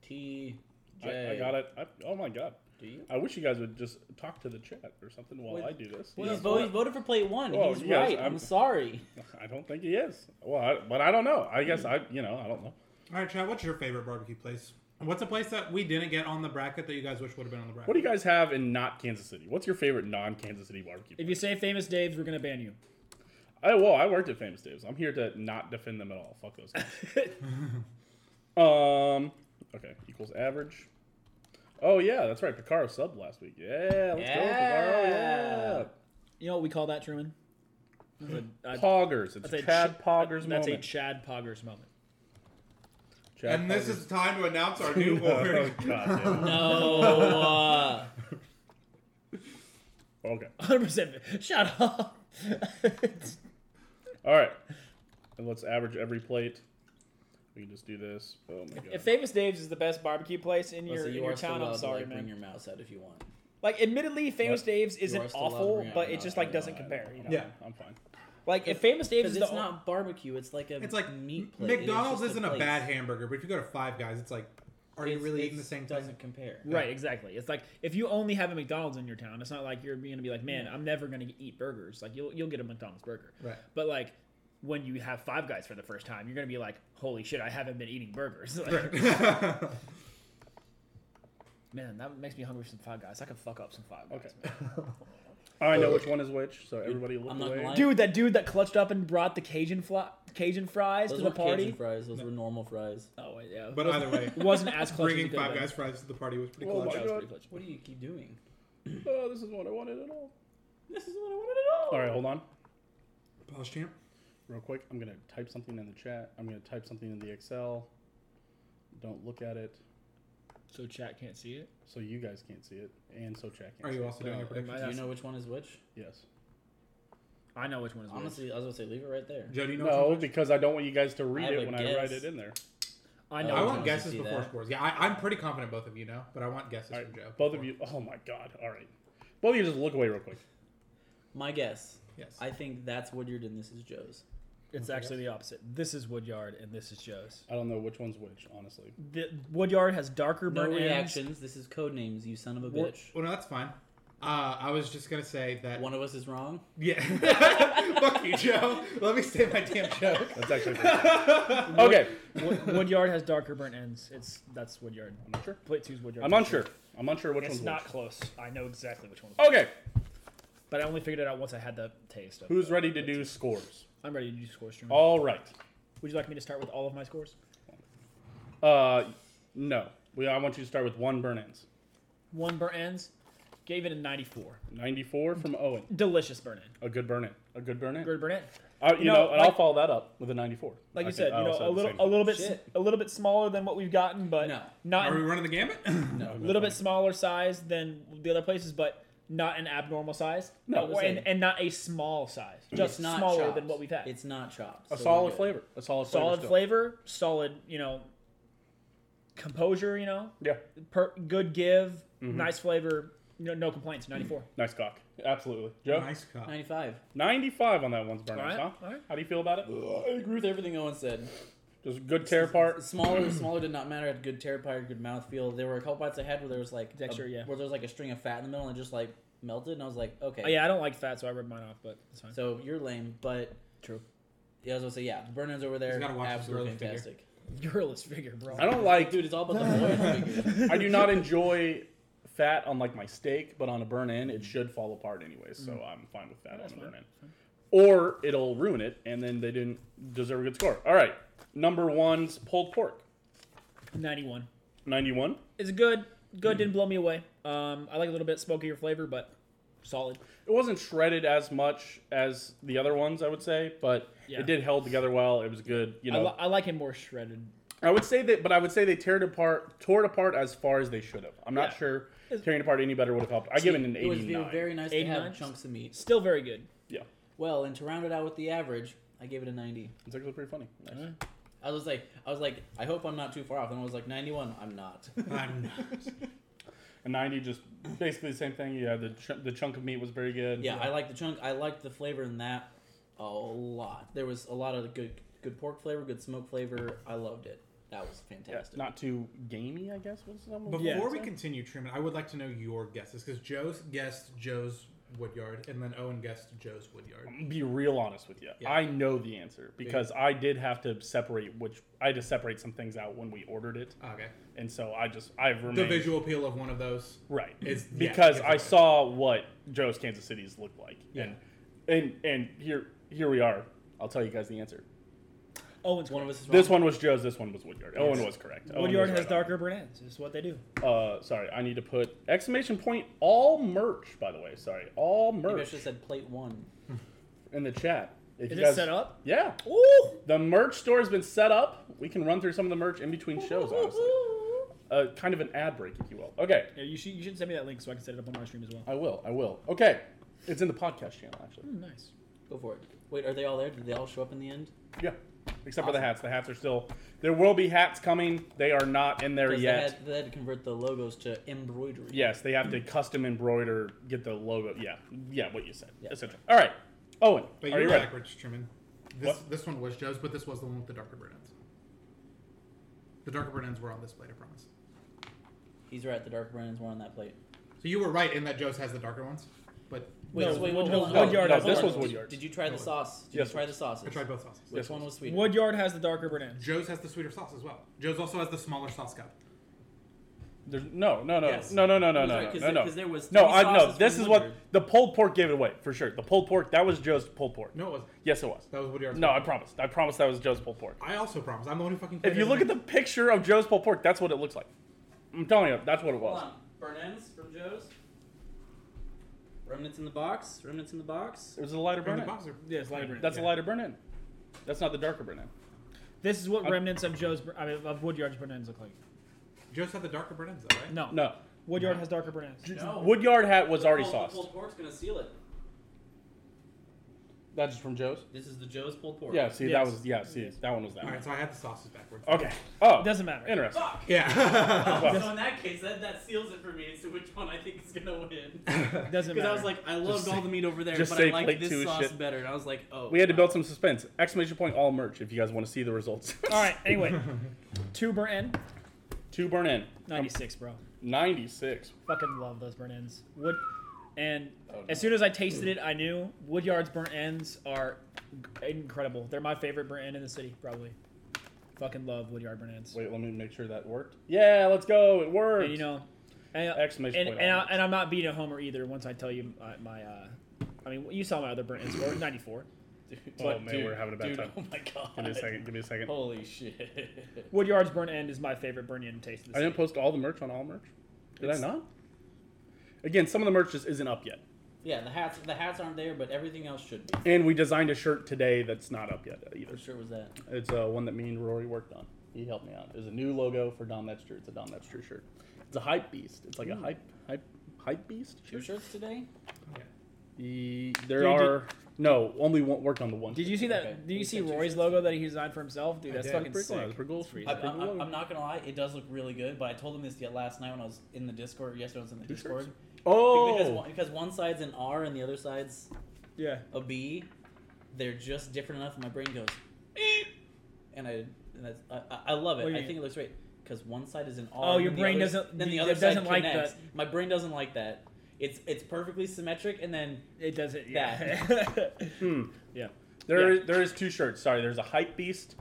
Speaker 3: T J.
Speaker 1: I, I got it. I, oh my God.
Speaker 3: Do you?
Speaker 1: I wish you guys would just talk to the chat or something while
Speaker 3: Wait,
Speaker 1: I do this.
Speaker 3: He's, vo- he's voted for play one.
Speaker 1: Oh,
Speaker 3: he's
Speaker 1: you guys,
Speaker 3: right. I'm,
Speaker 1: I'm-
Speaker 3: sorry.
Speaker 1: I don't think he is. Well, I, but I don't know. I
Speaker 3: Hmm.
Speaker 1: guess I, you know, I don't know.
Speaker 5: All right, Chad. What's your favorite barbecue place? And What's a place that we didn't get on the bracket that you guys wish would have been on the bracket?
Speaker 1: What do you guys have in not Kansas City? What's your favorite non-Kansas City barbecue?
Speaker 4: If
Speaker 1: place?
Speaker 4: you say Famous Dave's, we're going to ban you.
Speaker 1: I, well, I worked at Famous Dave's. I'm here to not defend them at all. Fuck those guys. um. Okay. Equals average. Oh yeah, that's right. Picaro subbed last week. Yeah, let's go, Picaro. Oh,
Speaker 4: You know what we call that, Truman? That's a,
Speaker 1: Yeah.
Speaker 4: a-
Speaker 1: Poggers. It's
Speaker 4: that's a
Speaker 1: Chad
Speaker 4: ch-
Speaker 1: Poggers
Speaker 4: That's a
Speaker 1: moment.
Speaker 4: Chad Poggers moment.
Speaker 1: Chad
Speaker 5: and this
Speaker 1: Poggers.
Speaker 5: is time to announce our new award.
Speaker 1: oh, God, damn.
Speaker 3: No. uh,
Speaker 1: Okay.
Speaker 4: 100%. Shut up.
Speaker 1: All right. And let's average every plate. We can just do this. Oh my god.
Speaker 4: if Famous Dave's is the best barbecue place in your,
Speaker 3: listen,
Speaker 4: in
Speaker 3: you
Speaker 4: your
Speaker 3: are still
Speaker 4: town,
Speaker 3: allowed
Speaker 4: I'm sorry,
Speaker 3: to, like,
Speaker 4: man.
Speaker 3: Bring your mouse out if you want.
Speaker 4: Like, admittedly, Famous
Speaker 1: What?
Speaker 4: Dave's
Speaker 3: are
Speaker 4: isn't
Speaker 3: still allowed to
Speaker 4: awful,
Speaker 3: bring out
Speaker 4: but
Speaker 3: your
Speaker 4: it just
Speaker 3: mouse.
Speaker 4: like doesn't compare. You know?
Speaker 5: Yeah.
Speaker 1: I'm fine.
Speaker 4: Like if Famous Dave's
Speaker 3: Because
Speaker 4: is
Speaker 3: it's
Speaker 4: the
Speaker 3: not barbecue. It's like a
Speaker 5: It's like
Speaker 3: meat plate. It is
Speaker 5: McDonald's
Speaker 3: just
Speaker 5: isn't a
Speaker 3: place.
Speaker 5: bad hamburger, but if you go to Five Guys, it's like, are you
Speaker 3: It's-
Speaker 5: really
Speaker 3: it's-
Speaker 5: eating the same
Speaker 3: doesn't
Speaker 5: thing?
Speaker 3: compare.
Speaker 4: right, exactly. It's like if you only have a McDonald's in your town, it's not like you're going to be like, man, I'm never going to eat burgers. Like you'll you'll get a McDonald's burger.
Speaker 5: Right.
Speaker 4: But like when you have Five Guys for the first time, you're going to be like, holy shit, I haven't been eating burgers. Like, Man, that makes me hungry for some Five Guys. I could fuck up some Five Guys.
Speaker 1: Okay.
Speaker 4: man.
Speaker 1: I know which one is which, so everybody look
Speaker 3: Uh, I'm not
Speaker 1: away.
Speaker 3: gonna lie.
Speaker 4: Dude, that dude that clutched up and brought the Cajun fly, Cajun fries
Speaker 3: Those
Speaker 4: to the
Speaker 3: weren't
Speaker 4: party.
Speaker 3: Cajun fries. Those were normal fries.
Speaker 4: Oh yeah.
Speaker 5: But either way,
Speaker 4: it wasn't as close.
Speaker 5: bringing
Speaker 4: as it could have
Speaker 5: Five
Speaker 4: been.
Speaker 5: Guys fries to the party was pretty
Speaker 1: Oh
Speaker 5: clutch.
Speaker 1: my
Speaker 4: That was
Speaker 1: God.
Speaker 4: pretty clutch.
Speaker 3: What do you keep doing?
Speaker 1: Oh, this is what I wanted at all.
Speaker 3: This is what I wanted
Speaker 1: All right, hold on.
Speaker 5: Pause champ.
Speaker 1: Real quick, I'm going to type something in the chat. I'm going to type something in the Excel. Don't look at it
Speaker 4: So chat can't see it.
Speaker 1: so you guys can't see it and so chat can't
Speaker 5: Are
Speaker 1: see
Speaker 5: you
Speaker 1: it.
Speaker 5: also doing your
Speaker 4: it might
Speaker 5: prediction?
Speaker 3: Do you know which one is which?
Speaker 1: Yes.
Speaker 4: I know which one is which.
Speaker 3: Honestly, I was gonna say leave it right there.
Speaker 5: Joe, do you know? which
Speaker 1: No,
Speaker 5: one?
Speaker 1: because I don't want you guys to read
Speaker 3: have
Speaker 1: it
Speaker 3: a
Speaker 1: when I write
Speaker 3: guess.
Speaker 1: it in there.
Speaker 4: I know.
Speaker 3: No,
Speaker 5: I
Speaker 4: which
Speaker 5: want
Speaker 4: one.
Speaker 3: Joe,
Speaker 5: guesses
Speaker 3: you see
Speaker 5: before
Speaker 3: that?
Speaker 5: scores. Yeah, I, I'm pretty confident both of you know, but I want guesses
Speaker 1: All
Speaker 5: from Joe.
Speaker 1: right. Both of
Speaker 5: before-
Speaker 1: you. Oh my God. All right. Both of you just look away real quick.
Speaker 3: My guess.
Speaker 5: Yes.
Speaker 3: I think that's Woodyard and this is Joe's.
Speaker 4: It's actually the opposite. This is Woodyard and this is Joe's.
Speaker 1: I don't know which one's which, honestly.
Speaker 4: The Woodyard has darker
Speaker 3: No
Speaker 4: burn
Speaker 3: reactions. This is code names. You son of a
Speaker 5: Well,
Speaker 3: bitch.
Speaker 5: well, no, that's fine. Uh, I was just gonna say that.
Speaker 3: One of us is wrong.
Speaker 5: yeah. Fuck you, Joe. Let me say my damn joke.
Speaker 1: That's actually. okay.
Speaker 4: Woodyard has darker burnt ends. It's that's Woodyard.
Speaker 1: I'm not sure.
Speaker 4: Plate two's Woodyard.
Speaker 1: I'm unsure. Oh! I'm unsure which
Speaker 4: It's
Speaker 1: one's
Speaker 4: not
Speaker 1: which.
Speaker 4: close. I know exactly which one.
Speaker 1: Okay,
Speaker 4: But I only figured it out once I had the taste of.
Speaker 1: who's
Speaker 4: the-
Speaker 1: ready to do Oh. scores?
Speaker 4: I'm ready to do score stream.
Speaker 1: All right.
Speaker 4: Would you like me to start with all of my scores?
Speaker 1: Uh, no. We, I want you to start with one burn ends.
Speaker 4: One burnt ends. Gave it a 94.
Speaker 1: 94 from Owen.
Speaker 4: Delicious burnt end.
Speaker 1: A good burn in. A good burn in.
Speaker 4: Good burnt end.
Speaker 1: Uh, you
Speaker 4: No,
Speaker 1: know, and I'll
Speaker 4: like-
Speaker 1: follow that up with a 94.
Speaker 4: Like you
Speaker 1: Okay,
Speaker 4: said,
Speaker 1: I
Speaker 4: you know,
Speaker 1: also
Speaker 4: a
Speaker 1: had the
Speaker 4: little,
Speaker 1: same.
Speaker 4: a little bit,
Speaker 3: Shit.
Speaker 4: a little bit smaller than what we've gotten, but
Speaker 3: No.
Speaker 4: not
Speaker 5: Are
Speaker 4: in
Speaker 5: we running the gamut?
Speaker 1: Oh,
Speaker 4: a little bit smaller size than the other places, but not an abnormal size.
Speaker 1: No,
Speaker 4: Or- and, and not a small size. Just
Speaker 3: it's not
Speaker 4: smaller
Speaker 3: chopped.
Speaker 4: than what we've had.
Speaker 3: It's not chopped.
Speaker 1: A
Speaker 3: so we're
Speaker 1: solid
Speaker 3: good.
Speaker 1: flavor. A solid flavor.
Speaker 4: solid
Speaker 1: still.
Speaker 4: flavor, solid, you know, composure, you know,
Speaker 1: Yeah.
Speaker 4: per, good give,
Speaker 1: Mm-hmm.
Speaker 4: nice flavor, no, no complaints, 94.
Speaker 1: Nice cock. Absolutely. Joe?
Speaker 5: Nice cup.
Speaker 3: Ninety-five.
Speaker 1: 95 on that one's burn
Speaker 4: All
Speaker 1: ends,
Speaker 4: right,
Speaker 1: huh?
Speaker 4: all right.
Speaker 1: How do you feel about it?
Speaker 3: I agree with everything Owen said.
Speaker 1: Just good tear part.
Speaker 3: Smaller, smaller did not matter. I had good tear pie, good mouthfeel. There were a couple bites I had where there was like a-
Speaker 4: Texture, yeah.
Speaker 3: where there was like a string of fat in the middle and just like melted, and I was like, okay.
Speaker 4: Oh, yeah, I don't like fat, so I ripped mine off, but it's fine.
Speaker 3: So you're lame, but
Speaker 4: True.
Speaker 3: yeah, I was gonna say yeah. The burn ends over there.
Speaker 5: He's gotta watch his
Speaker 3: absolutely
Speaker 5: growth figure.
Speaker 3: fantastic,
Speaker 4: Girlless figure, bro.
Speaker 1: I don't like.
Speaker 3: dude. It's all about the loin figure.
Speaker 1: I do not enjoy fat on like my steak, but on a burn in, it should fall apart anyway. So I'm fine with fat on a burn in. Or it'll ruin it, and then they didn't deserve a good score. All right, number one's pulled pork,
Speaker 4: 91.
Speaker 1: ninety-one.
Speaker 4: It's good.
Speaker 1: Mm.
Speaker 4: Good. Didn't blow me away. Um, I like a little bit smokier flavor, but solid.
Speaker 1: It wasn't shredded as much as the other ones, I would say, but
Speaker 4: Yeah.
Speaker 1: it did held together well. It was good. You know,
Speaker 4: I, li- I like him more shredded.
Speaker 1: I would say that, but I would say they tear it apart, tore it apart as far as they should have. I'm not
Speaker 4: Yeah.
Speaker 1: sure tearing it apart any better would have helped. I give it an
Speaker 3: It was
Speaker 1: 89.
Speaker 3: very nice to
Speaker 4: 89?
Speaker 3: have chunks of meat.
Speaker 4: Still very good.
Speaker 1: yeah,
Speaker 3: Well, and to round it out with the average, I gave it a ninety.
Speaker 1: it's actually pretty funny. Nice.
Speaker 3: I was like, I was like, I hope I'm not too far off. And I was like, 91. I'm not.
Speaker 5: I'm not.
Speaker 1: A 90, just basically the same thing. Yeah, the ch- the chunk of meat was very good.
Speaker 3: yeah, I like the chunk. I liked the flavor in that a lot. There was a lot of good, good pork flavor, good smoke flavor. I loved it. That was
Speaker 1: Yeah,
Speaker 3: fantastic.
Speaker 1: not too gamey, I guess. Was some of
Speaker 5: Before
Speaker 1: it.
Speaker 4: Yeah.
Speaker 5: we continue, Truman, I would like to know your guesses because Joe's guessed Joe's Woodyard, and then Owen guessed Joe's Woodyard.
Speaker 1: Be real honest with you.
Speaker 5: Yeah.
Speaker 1: I know the answer because I did have to separate which I had to separate some things out when we ordered it,
Speaker 5: Okay.
Speaker 1: and so I just I've
Speaker 5: The
Speaker 1: remained
Speaker 5: visual appeal of one of those.
Speaker 1: right
Speaker 5: It's- yeah,
Speaker 1: because
Speaker 5: it's
Speaker 1: I
Speaker 5: okay.
Speaker 1: saw what Joe's Kansas City's looked like,
Speaker 5: Yeah.
Speaker 1: and and and here here we are. I'll tell you guys the answer.
Speaker 4: Owen's
Speaker 3: One
Speaker 4: one
Speaker 3: of us is wrong.
Speaker 1: This one was Joe's. This one was Woodyard. Owen was correct. Owen
Speaker 4: Woodyard
Speaker 1: was
Speaker 4: has
Speaker 1: right on.
Speaker 4: darker burnt ends. It's what they do.
Speaker 1: Uh, sorry, I need to put exclamation point all merch. By the way, sorry, all
Speaker 3: Maybe I
Speaker 1: merch
Speaker 3: should have said plate one.
Speaker 1: in the chat. If
Speaker 4: Is
Speaker 1: you
Speaker 4: it
Speaker 1: guys-
Speaker 4: set up?
Speaker 1: Yeah,
Speaker 4: Ooh!
Speaker 1: the merch store has been set up. We can run through some of the merch in between shows. Honestly, uh, kind of an ad break, if you will. Okay,
Speaker 4: Yeah, you should you should send me that link so I can set it up on my stream as well.
Speaker 1: I will. I will. Okay, it's in the podcast channel actually.
Speaker 4: Mm, nice.
Speaker 3: Go for it. Wait, are they all there? Did they all show up in the end?
Speaker 1: Yeah, except for the
Speaker 3: Awesome.
Speaker 1: hats. The hats are still. There will be hats coming. They are not in there
Speaker 3: 'Cause
Speaker 1: yet.
Speaker 3: They had, they had to convert the logos to embroidery.
Speaker 1: Yes, they have to custom embroider, get the logo. Yeah, yeah, what you said.
Speaker 3: Yeah.
Speaker 1: Essentially. All right, Owen,
Speaker 5: But
Speaker 1: are
Speaker 5: you're
Speaker 1: you ready?
Speaker 5: backwards, Truman. This,
Speaker 1: What?
Speaker 5: this one was Joe's, but this was the one with the darker burn ends. The darker burn ends were on this plate, I promise.
Speaker 3: He's right. The dark brands were on that plate.
Speaker 5: So you were right in that Joe's has the darker ones, but
Speaker 3: Wait,
Speaker 4: No,
Speaker 3: so wait,
Speaker 4: no,
Speaker 3: what,
Speaker 4: no,
Speaker 3: hold on, hold
Speaker 4: no,
Speaker 3: on, hold
Speaker 4: Woodyard has
Speaker 3: on.
Speaker 1: this
Speaker 4: darker
Speaker 1: was
Speaker 4: burns.
Speaker 1: Woodyard.
Speaker 3: Did you try the sauce? Did
Speaker 1: Yes,
Speaker 3: you try the sauces?
Speaker 5: I tried both sauces.
Speaker 3: Which
Speaker 1: Yes,
Speaker 3: one
Speaker 1: yes.
Speaker 3: was sweeter?
Speaker 4: Woodyard has the darker burnt ends.
Speaker 5: Joe's has the sweeter sauce as well. Joe's also has the smaller sauce cup.
Speaker 1: There's, no, no, no,
Speaker 3: Yes.
Speaker 1: no, no, no, no,
Speaker 3: That's
Speaker 1: no,
Speaker 3: right,
Speaker 1: no,
Speaker 3: 'cause
Speaker 1: no,
Speaker 3: there-
Speaker 1: no.
Speaker 3: 'cause there was
Speaker 1: no,
Speaker 3: three
Speaker 1: I no.
Speaker 3: sauces
Speaker 1: This
Speaker 3: from
Speaker 1: is what
Speaker 3: Woodward.
Speaker 1: the pulled pork gave it away for sure. The pulled pork that was Joe's pulled pork.
Speaker 5: No, it wasn't.
Speaker 1: Yes, it was.
Speaker 5: That was Woodyard's.
Speaker 1: No, I
Speaker 5: one.
Speaker 1: promised. I promised that was Joe's pulled pork.
Speaker 5: I also promise. I'm the one who fucking.
Speaker 1: If you look at the picture of Joe's pulled pork, that's what it looks like. I'm telling you, that's what it
Speaker 3: Hold
Speaker 1: was.
Speaker 3: on. Burn ends from Joe's. Remnants in the box. Remnants in the box.
Speaker 1: It was a lighter
Speaker 5: from
Speaker 1: burn
Speaker 5: the
Speaker 1: in.
Speaker 5: boxer,
Speaker 4: Yes, lighter burnt.
Speaker 1: That's
Speaker 5: Yeah.
Speaker 1: a lighter burn in. That's not the darker burn in.
Speaker 4: This is what
Speaker 1: I'm-
Speaker 4: remnants of Joe's bur- I mean, of Woodyard's burnt ends look like.
Speaker 5: Joe's had the darker burn ends, though, right?
Speaker 4: No,
Speaker 1: No,
Speaker 4: Woodyard has darker burnt ends.
Speaker 3: No.
Speaker 1: Woodyard hat was
Speaker 3: The
Speaker 1: already
Speaker 3: pulled- the
Speaker 1: sauced.
Speaker 3: Pulled pork's gonna seal it.
Speaker 1: That's from Joe's.
Speaker 3: This is the Joe's pulled pork.
Speaker 1: Yeah, see, that
Speaker 4: Yes.
Speaker 1: was, yeah, see, that one was that
Speaker 5: All
Speaker 1: one.
Speaker 5: right, so I had the sauces backwards.
Speaker 1: Okay. Oh,
Speaker 4: It doesn't matter.
Speaker 1: interesting.
Speaker 3: Fuck.
Speaker 5: Yeah.
Speaker 1: Well,
Speaker 3: so in that case, that, that seals it for me as to which one I think is gonna win. Because
Speaker 4: Doesn't matter.
Speaker 3: I was like, I loved
Speaker 5: say-
Speaker 3: all the meat over there,
Speaker 1: just
Speaker 3: but
Speaker 1: say
Speaker 3: I
Speaker 1: plate
Speaker 3: liked
Speaker 1: two
Speaker 3: this
Speaker 1: is
Speaker 3: sauce
Speaker 1: shit.
Speaker 3: better. And I was like, oh.
Speaker 1: we had to
Speaker 3: wow.
Speaker 1: build some suspense. Exclamation point all merch if you guys want to see the results.
Speaker 4: all right. Anyway, two burnt end,
Speaker 1: Um, Two burn in.
Speaker 4: ninety six, bro.
Speaker 1: 96.
Speaker 4: Fucking love those burnt ends. Wood, and
Speaker 1: Oh,
Speaker 4: as soon as I tasted it, I knew Woodyard's burnt ends are incredible. They're my favorite burnt end in the city, probably. Fucking love Woodyard burnt ends.
Speaker 1: Wait, let me make sure that worked. Yeah, uh, let's go. It worked.
Speaker 4: And, you know, and,
Speaker 1: Exclamation
Speaker 4: and,
Speaker 1: point
Speaker 4: and, I,
Speaker 1: onwards.
Speaker 4: and I'm not beating a homer either. Once I tell you my, my uh, I mean, you saw my other burnt end score, ninety four.
Speaker 1: oh,
Speaker 4: but,
Speaker 1: man, we're having a bad
Speaker 3: Dude,
Speaker 1: time.
Speaker 3: oh my god.
Speaker 1: Give me a second. Give me a second.
Speaker 3: Holy shit.
Speaker 4: Woodyard's burnt end is my favorite burnt end taste. Of the
Speaker 1: I didn't
Speaker 4: city.
Speaker 1: post all the merch on all merch. Did
Speaker 4: It's-
Speaker 1: I not? Again, some of the merch just isn't up yet.
Speaker 3: Yeah, the hats the hats aren't there, but everything else should be.
Speaker 1: And we designed a shirt today that's not up yet either.
Speaker 3: For sure was that.
Speaker 1: It's uh, one that me and Rory worked on. He helped me out. There's a new logo for Dom That's True. It's a Dom That's True shirt. It's a hype beast. It's like a hype hype hype beast
Speaker 3: Two
Speaker 1: shirt.
Speaker 3: shirts today?
Speaker 1: The, there
Speaker 4: Dude, did-
Speaker 1: are no only one worked on the one.
Speaker 4: Did you see that?
Speaker 3: Okay.
Speaker 4: Did you
Speaker 3: We
Speaker 4: see
Speaker 3: said two
Speaker 4: Roy's
Speaker 3: shirts.
Speaker 4: logo that he designed for himself? Dude,
Speaker 5: I
Speaker 4: that's
Speaker 5: did.
Speaker 4: fucking
Speaker 1: Pretty cool. That
Speaker 4: sick.
Speaker 1: was pretty cool.
Speaker 4: It's pretty
Speaker 3: I,
Speaker 1: I
Speaker 4: sick.
Speaker 1: think
Speaker 3: I'm,
Speaker 1: we'll-
Speaker 3: I'm, I'm not gonna lie, it does look really good. But I told them this yet last night when I was in the Discord. or Yesterday I was in the
Speaker 1: Two
Speaker 3: Discord.
Speaker 1: shirts?
Speaker 3: Because
Speaker 1: Oh,
Speaker 3: one, because one side's an R and the other side's
Speaker 4: Yeah.
Speaker 3: a B. They're just different enough. and My brain goes, and I and that's, I, I- I love it.
Speaker 4: What do
Speaker 3: I
Speaker 4: you
Speaker 3: think
Speaker 4: mean?
Speaker 3: it looks great because one side is an R.
Speaker 4: Oh,
Speaker 3: and
Speaker 4: your
Speaker 3: then the
Speaker 4: brain
Speaker 3: other-
Speaker 4: doesn't-
Speaker 3: Then the
Speaker 4: it
Speaker 3: other
Speaker 4: doesn't
Speaker 3: side
Speaker 4: like
Speaker 3: connects. My brain doesn't like that. It's it's perfectly symmetric, and then
Speaker 4: It doesn't. Yeah.
Speaker 1: Hmm. Yeah. There is there is two shirts. Sorry, there's a hype beast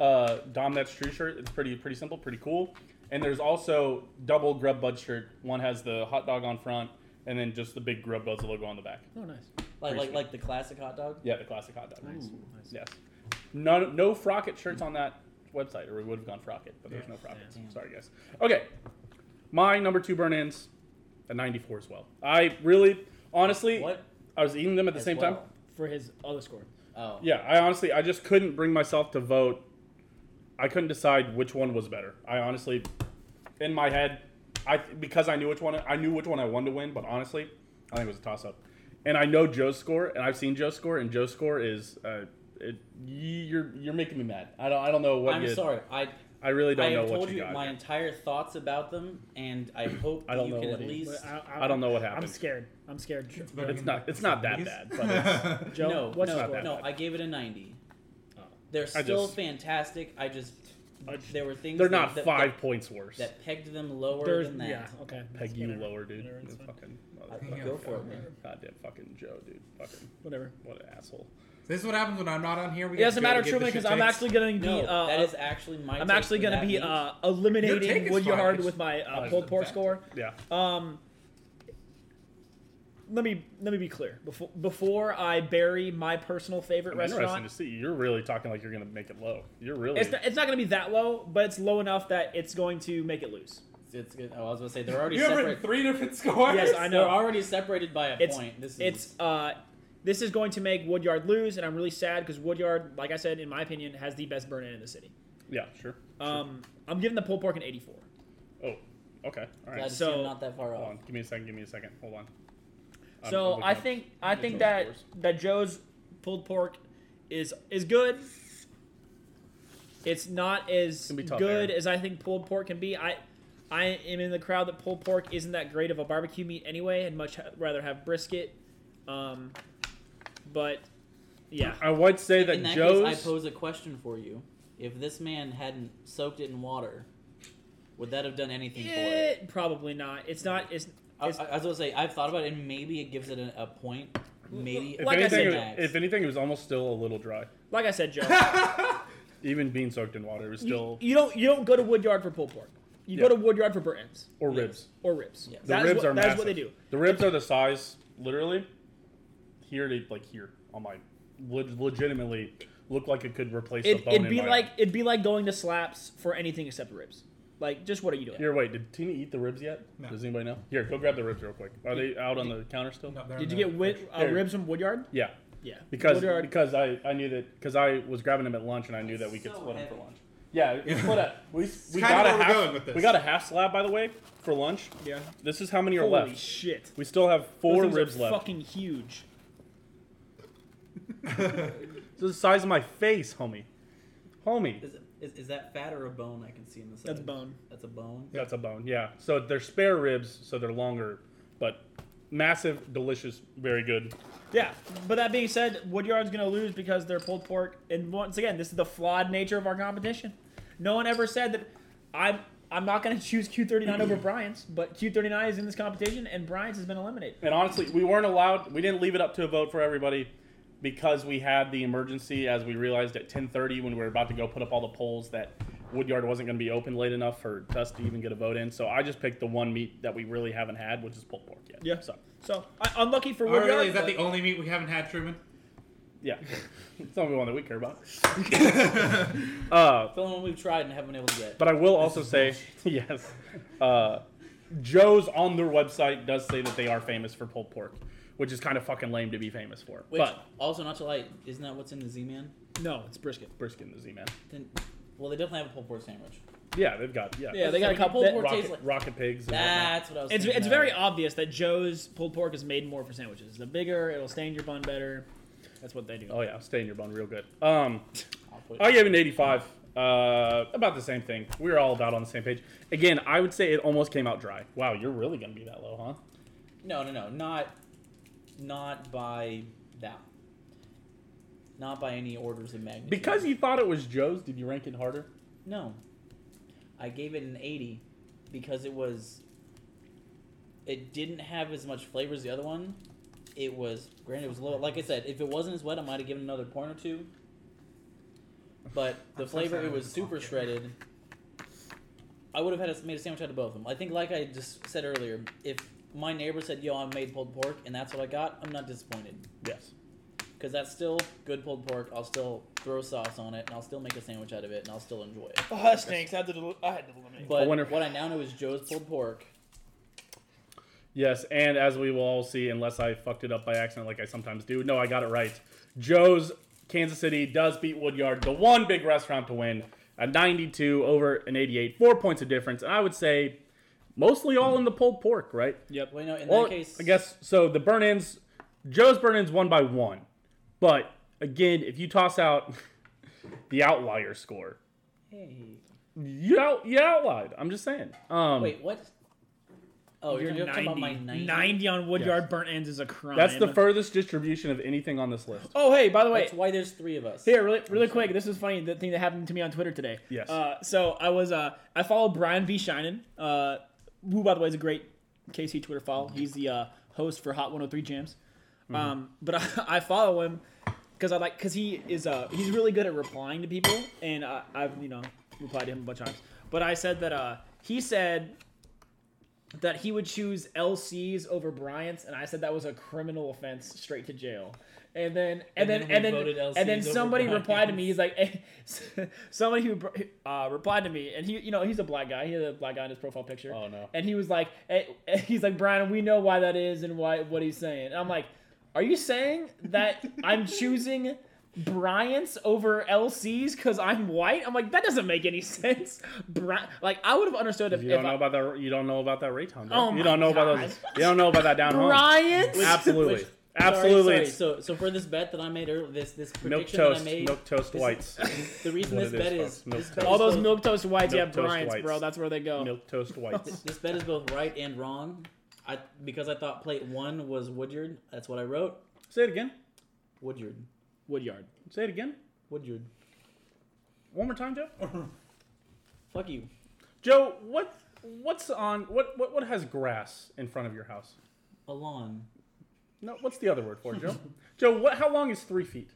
Speaker 1: uh, Dom That's True shirt. It's pretty pretty simple, pretty cool. And there's also double Grub Bud shirt. One has the hot dog on front, and then just the big Grub Buds logo on the back.
Speaker 4: oh, nice.
Speaker 3: like
Speaker 1: Pretty
Speaker 3: like
Speaker 1: sweet.
Speaker 3: like the classic hot dog.
Speaker 1: Yeah, the classic hot dog.
Speaker 4: Nice. nice.
Speaker 1: Yes. No no frocket shirts on that website, or we would have gone frocket, but there's no frocket.
Speaker 3: Yeah.
Speaker 1: Sorry guys. Okay. My number two burn ins, a 94 as well. I really, honestly,
Speaker 3: What?
Speaker 1: I was eating them at the
Speaker 3: As
Speaker 1: same time.
Speaker 3: well.
Speaker 4: For his other score.
Speaker 3: Oh.
Speaker 1: Yeah, I honestly, I just couldn't bring myself to vote. I couldn't decide which one was better. I honestly, in my head, I because I knew which one I knew which one I wanted to win, but honestly, I think it was a toss up. And I know Joe's score, and I've seen Joe's score, and Joe's score is uh, it, you're you're making me mad. I don't I don't know what
Speaker 3: I'm
Speaker 1: you,
Speaker 3: sorry. I
Speaker 1: I really
Speaker 3: I
Speaker 1: don't know
Speaker 3: have
Speaker 1: what
Speaker 3: told
Speaker 1: you,
Speaker 3: you
Speaker 1: got.
Speaker 3: my entire thoughts about them, and I hope
Speaker 1: I don't
Speaker 3: you
Speaker 1: know
Speaker 3: can
Speaker 1: what
Speaker 3: at
Speaker 1: he-
Speaker 3: least.
Speaker 4: But uh,
Speaker 1: I don't know what
Speaker 4: I'm
Speaker 1: happened.
Speaker 4: scared. I'm scared.
Speaker 5: better
Speaker 1: It's
Speaker 5: than
Speaker 1: not-
Speaker 5: the
Speaker 1: it's not that
Speaker 5: Yankees.
Speaker 1: bad, but
Speaker 4: Joe,
Speaker 3: no,
Speaker 4: what's Oh.
Speaker 3: no,
Speaker 4: your score?
Speaker 3: no. I gave it a 90. They're
Speaker 1: I
Speaker 3: still
Speaker 1: just-
Speaker 3: fantastic. I just
Speaker 1: I just-
Speaker 3: there were things.
Speaker 1: They're
Speaker 3: that-
Speaker 1: not
Speaker 3: that,
Speaker 1: five points worse.
Speaker 3: that, that pegged them lower
Speaker 4: There's,
Speaker 3: than that.
Speaker 4: yeah, okay.
Speaker 1: Peg
Speaker 4: that's
Speaker 1: you
Speaker 4: whatever.
Speaker 1: lower, dude.
Speaker 4: Whatever, it's
Speaker 1: You
Speaker 4: fine.
Speaker 1: fucking
Speaker 3: I-
Speaker 1: motherfucker.
Speaker 3: go for it, man.
Speaker 1: Goddamn fucking Joe, dude. Fucking
Speaker 4: Whatever.
Speaker 1: what an asshole.
Speaker 5: This is what happens when I'm not on here. We
Speaker 4: It
Speaker 5: get
Speaker 4: doesn't
Speaker 5: Joe to
Speaker 4: matter,
Speaker 5: give the
Speaker 4: truly,
Speaker 5: shit
Speaker 4: because I'm
Speaker 5: takes.
Speaker 4: actually going to
Speaker 3: No,
Speaker 4: be. uh,
Speaker 3: that is actually my.
Speaker 4: I'm
Speaker 3: take
Speaker 4: actually
Speaker 3: for
Speaker 4: going
Speaker 3: that
Speaker 4: to be
Speaker 3: meat.
Speaker 4: uh,
Speaker 5: Your take
Speaker 4: eliminating
Speaker 5: is
Speaker 4: Woodyard
Speaker 5: fine.
Speaker 4: with my uh,
Speaker 1: Fine.
Speaker 4: pulled pork score.
Speaker 1: Yeah.
Speaker 4: Um, let me let me be clear before before I bury my personal favorite
Speaker 1: I'm interesting to
Speaker 4: restaurant.
Speaker 1: see. You're really talking like you're gonna make it low. You're really.
Speaker 4: It's not, it's not going to be that low, but it's low enough that it's going to make it lose.
Speaker 3: It's good. Oh, I was gonna say they're already
Speaker 5: You have
Speaker 3: separate.
Speaker 5: written three different scores.
Speaker 4: Yes, I know.
Speaker 3: They're already separated by a
Speaker 4: It's-
Speaker 3: point. This is
Speaker 4: It's uh, this is going to make Woodyard lose, and I'm really sad because Woodyard, like I said, in my opinion, has the best burn in in the city.
Speaker 1: yeah. Sure.
Speaker 4: Um, I'm giving the pulled pork an 84.
Speaker 1: Oh. Okay. All
Speaker 3: glad
Speaker 1: right.
Speaker 3: to see
Speaker 4: so-
Speaker 3: I'm not that far
Speaker 1: Hold
Speaker 3: off.
Speaker 1: on. Give me a second. Give me a second. Hold on. I'm- I'm
Speaker 4: So
Speaker 1: looking
Speaker 4: I
Speaker 1: up-
Speaker 4: think I
Speaker 1: looking
Speaker 4: think
Speaker 1: up
Speaker 4: that
Speaker 1: scores.
Speaker 4: that Joe's pulled pork is is good. It's not as
Speaker 1: gonna be tough, Aaron.
Speaker 4: good as I think pulled pork can be. I I am in the crowd that pulled pork isn't that great of a barbecue meat anyway, and much ha- rather have brisket. Um, but yeah,
Speaker 1: I would say
Speaker 3: In
Speaker 1: that,
Speaker 3: that
Speaker 1: Joe's.
Speaker 3: case, I pose a question for you. If this man hadn't soaked it in water, would that have done anything for it?
Speaker 4: Eh, probably not. It's not. It's
Speaker 3: I, I,
Speaker 4: it's-
Speaker 3: I was gonna say I've thought about it, and maybe it gives it a, a point. Maybe
Speaker 1: if,
Speaker 4: like I
Speaker 1: anything,
Speaker 4: said,
Speaker 1: it-
Speaker 3: Max.
Speaker 1: if anything, it was almost still a little dry.
Speaker 4: like I said, Joe.
Speaker 1: Even being soaked in water, it was
Speaker 4: you,
Speaker 1: still
Speaker 4: you don't you don't go to Woodyard for pulled pork. You go
Speaker 1: Yeah.
Speaker 4: to Woodyard for burnt ends
Speaker 1: or
Speaker 3: Yes.
Speaker 1: ribs.
Speaker 4: or ribs.
Speaker 3: Yes.
Speaker 1: The
Speaker 4: That is
Speaker 1: ribs
Speaker 4: what,
Speaker 1: are
Speaker 4: That
Speaker 1: massive.
Speaker 4: is what they do.
Speaker 1: The ribs are the size, literally, here to like here on my, leg- legitimately look like it could replace the
Speaker 4: it,
Speaker 1: bone.
Speaker 4: it'd
Speaker 1: in
Speaker 4: be
Speaker 1: my arm.
Speaker 4: like it'd be like going to slaps for anything except ribs. Like, just what are you doing?
Speaker 1: Here, wait. Did Tina eat the ribs yet?
Speaker 5: No.
Speaker 1: Does anybody know? Here, go grab the ribs real quick. Are they out on the counter still?
Speaker 5: No, they're
Speaker 4: Did you
Speaker 5: in
Speaker 4: get
Speaker 5: the-
Speaker 4: wi- uh,
Speaker 1: Here.
Speaker 4: ribs from Woodyard?
Speaker 1: Yeah,
Speaker 4: Yeah,
Speaker 1: because
Speaker 4: Woodyard.
Speaker 1: because I, I knew that because I was grabbing them at lunch and I knew that we could
Speaker 6: So
Speaker 1: split them
Speaker 6: heavy.
Speaker 1: for lunch. Yeah, we split up. We, we
Speaker 5: kinda
Speaker 1: got a
Speaker 5: where we're
Speaker 1: half.
Speaker 5: going with this.
Speaker 1: We got a half slab by the way for lunch.
Speaker 4: yeah.
Speaker 1: This is how many are
Speaker 4: Holy
Speaker 1: left.
Speaker 4: shit!
Speaker 1: we still have
Speaker 4: Those
Speaker 1: four
Speaker 4: things are
Speaker 1: ribs left.
Speaker 4: Fucking huge.
Speaker 1: This is the size of my face, homie. Homie,
Speaker 3: Is, it- is, is that fat or a bone? I can see in the side.
Speaker 4: That's bone.
Speaker 3: That's a bone.
Speaker 1: that's a bone. Yeah. So they're spare ribs, so they're longer, but massive, delicious, very good.
Speaker 4: Yeah, but that being said, Woodyard's gonna lose because they're pulled pork. And once again, this is the flawed nature of our competition. No one ever said that I'm I'm not gonna choose Q39 over Brian's, but Q39 is in this competition, and Brian's has been eliminated.
Speaker 1: And honestly, we weren't allowed. We didn't leave it up to a vote for everybody because we had the emergency. As we realized at 10:30 when we were about to go put up all the polls that Woodyard wasn't going to be open late enough for us to even get a vote in. So I just picked the one meat that we really haven't had, which is pulled pork yet.
Speaker 4: Yeah.
Speaker 1: So
Speaker 4: So I, unlucky for
Speaker 5: Oh, really?
Speaker 4: Woodyard.
Speaker 5: Is that
Speaker 4: but-
Speaker 5: the only meat we haven't had, Truman?
Speaker 1: yeah, it's the only one that we care about. uh,
Speaker 3: The only one we've tried and haven't been able to get.
Speaker 1: But I will also say, yes, uh, Joe's on their website does say that they are famous for pulled pork, which is kind of fucking lame to be famous for.
Speaker 3: Which,
Speaker 1: but
Speaker 3: also not to lie, isn't that what's in the Z-Man?
Speaker 4: no, it's brisket.
Speaker 1: brisket and the Z man.
Speaker 3: Then, well, they definitely have a pulled pork sandwich.
Speaker 1: Yeah, they've got yeah.
Speaker 4: Yeah, they got a
Speaker 3: So
Speaker 4: couple-
Speaker 3: Pulled pork
Speaker 1: Rocket,
Speaker 3: tastes like.
Speaker 1: rocket pigs. and whatnot.
Speaker 3: That's what I was.
Speaker 4: It's,
Speaker 3: thinking
Speaker 4: it's
Speaker 3: of.
Speaker 4: very obvious that Joe's pulled pork is made more for sandwiches. The bigger, it'll stain your bun better. That's what they do.
Speaker 1: Oh yeah, stay in your bone real good. Um,
Speaker 3: I'll put-
Speaker 1: I gave it an 85. Uh, about the same thing. We were all about on the same page. Again, I would say it almost came out dry. Wow, you're really gonna be that low, huh?
Speaker 3: No, no, no, not, not by that. Not by any orders of magnitude.
Speaker 1: Because you thought it was Joe's, did you rank it harder?
Speaker 3: No, I gave it an eighty because it was It didn't have as much flavor as the other one. It was granted it was low. Like I said, if it wasn't as wet, I might have given another point or two. But the
Speaker 5: I'm so
Speaker 3: flavor
Speaker 5: sad I
Speaker 3: it was
Speaker 5: didn't talk
Speaker 3: super
Speaker 5: yet.
Speaker 3: shredded. I would have had a, made a sandwich out of both of them. I think, like I just said earlier, if my neighbor said, "Yo, I made pulled pork," and that's what I got, I'm not disappointed
Speaker 1: Yes.
Speaker 3: because that's still good pulled pork. I'll still throw sauce on it, and I'll still make a sandwich out of it, and I'll still enjoy it.
Speaker 4: Oh, that stinks. I had to, del- I had to eliminate.
Speaker 3: But
Speaker 1: wonder-
Speaker 3: what I now know is Joe's pulled pork.
Speaker 1: Yes, and as we will all see, unless I fucked it up by accident like I sometimes do, no, I got it right. Joe's Kansas City does beat Woodyard, the one big restaurant to win, a 92 over an 88, four points of difference, and I would say mostly all in the pulled pork, right?
Speaker 3: Well, you know, in
Speaker 1: Well,
Speaker 3: that case,
Speaker 1: I guess so. The burn ins, Joe's burn ins won by one, but again, if you toss out the outlier score,
Speaker 3: Hey.
Speaker 1: you out you outlied. I'm just saying. Um,
Speaker 3: Wait, what? Oh, you're,
Speaker 4: Your
Speaker 3: talking about my
Speaker 4: 90
Speaker 3: 90.
Speaker 4: 90 on Woodyard burnt ends is a crime.
Speaker 1: that's the furthest distribution of anything on this list.
Speaker 4: Oh, hey, by the way,
Speaker 3: That's why there's three of us.
Speaker 4: Here, really, really quick. This is funny. The thing that happened to me on Twitter today.
Speaker 1: Yes.
Speaker 4: Uh, so I was, uh, I follow Brian V. Shinen, uh, who by the way is a great KC Twitter follow. He's the uh, host for Hot 103 Jams.
Speaker 3: Mm-hmm.
Speaker 4: Um, but I, I follow him because I like because he is uh he's really good at replying to people, and I, I've you know replied to him a bunch of times. But I said that uh he said that he would choose LCs over Bryant's, and I said that was a criminal offense, straight to jail. And then
Speaker 3: And
Speaker 4: and, then,
Speaker 3: then we
Speaker 4: and
Speaker 3: voted
Speaker 4: then and then
Speaker 3: LCs over
Speaker 4: somebody replied to
Speaker 3: Bryant's.
Speaker 4: me. He's like, eh, somebody who uh, replied to me, and he you know he's a black guy. He had a black guy in his profile picture.
Speaker 1: Oh, no.
Speaker 4: And he was like, eh, eh, he's like Brian, we know why that is and why what he's saying. And I'm like, are you saying that I'm choosing? Bryant's over LC's because I'm white. I'm like that doesn't make any sense. Bri- like I would have understood if,
Speaker 1: You
Speaker 4: if
Speaker 1: don't
Speaker 4: I,
Speaker 1: know about that. You don't know about that Raytown.
Speaker 4: Oh
Speaker 1: you
Speaker 4: my
Speaker 1: don't know about those.
Speaker 4: God.
Speaker 1: You don't know about that down home.
Speaker 4: Bryant's.
Speaker 1: Absolutely,
Speaker 3: Which-
Speaker 1: absolutely.
Speaker 3: Sorry, sorry.
Speaker 1: it's
Speaker 3: So, so for this bet that I made earlier, this this
Speaker 1: milk
Speaker 3: prediction
Speaker 1: toast,
Speaker 3: that I made,
Speaker 1: milk toast
Speaker 3: this-
Speaker 1: whites,
Speaker 3: the reason
Speaker 1: what
Speaker 3: this
Speaker 1: it
Speaker 3: bet
Speaker 1: is,
Speaker 3: is
Speaker 1: folks. Milk
Speaker 3: this
Speaker 1: toast.
Speaker 3: bet is
Speaker 4: All those
Speaker 3: both-
Speaker 4: milk toast whites,
Speaker 1: Milk
Speaker 4: yeah,
Speaker 1: toast
Speaker 4: Bryant's,
Speaker 1: whites.
Speaker 4: bro. That's where they go.
Speaker 1: milk toast whites.
Speaker 3: This bet is both right and wrong. I because I thought plate one was Woodyard. That's what I wrote.
Speaker 1: Say it again.
Speaker 3: Woodyard.
Speaker 4: Woodyard.
Speaker 1: Say it again.
Speaker 3: Woodyard.
Speaker 1: One more time, Joe.
Speaker 3: Fuck you.
Speaker 1: Joe, what what's on what what what has grass in front of your house?
Speaker 3: A lawn.
Speaker 1: No, what's the other word for it, Joe? Joe, what? How long is three feet?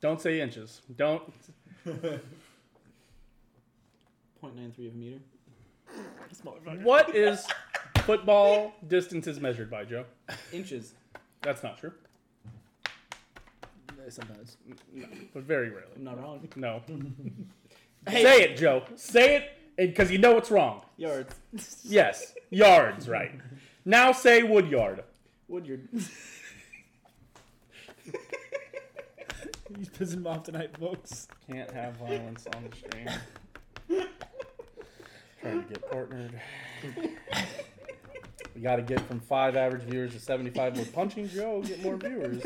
Speaker 1: Don't say inches. Don't.
Speaker 3: 0.93 of a meter.
Speaker 1: What is football distances measured by, Joe?
Speaker 3: Inches.
Speaker 1: That's not true,
Speaker 4: eh, Sometimes.
Speaker 1: but very rarely.
Speaker 3: I'm not wrong.
Speaker 1: No. Say it, Joe. Say it because you know it's wrong.
Speaker 3: Yards.
Speaker 1: Yes, yards, right. Now say wood yard.
Speaker 3: Woodyard.
Speaker 4: He's pissing him off tonight, folks.
Speaker 1: Can't have violence on the stream. Trying to get partnered. We got to get from five average viewers to 75 with punching Joe, get more viewers.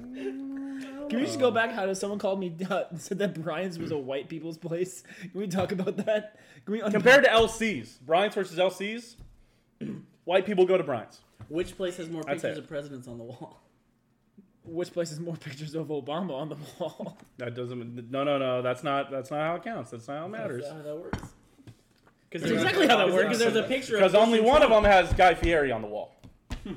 Speaker 4: Can we just go back? How does someone call me uh, said that Brian's was a white people's place? Can we talk about that? Can we un-
Speaker 1: Compared to LCs, Bryant's versus LCs, white people go to Bryant's.
Speaker 3: Which place has more
Speaker 1: That's
Speaker 3: pictures
Speaker 1: it.
Speaker 3: of presidents on the wall?
Speaker 4: which place has more pictures of Obama on the wall?
Speaker 1: That doesn't. No, no, no. That's not. That's not how it counts. That's not how it matters.
Speaker 3: That's
Speaker 4: uh,
Speaker 3: how that works.
Speaker 4: Because exactly how that
Speaker 3: Because
Speaker 4: works.
Speaker 3: there's a picture
Speaker 1: Because
Speaker 3: of
Speaker 1: only
Speaker 3: Putin
Speaker 1: one of
Speaker 3: Trump.
Speaker 1: them has Guy Fieri on the wall.
Speaker 3: Is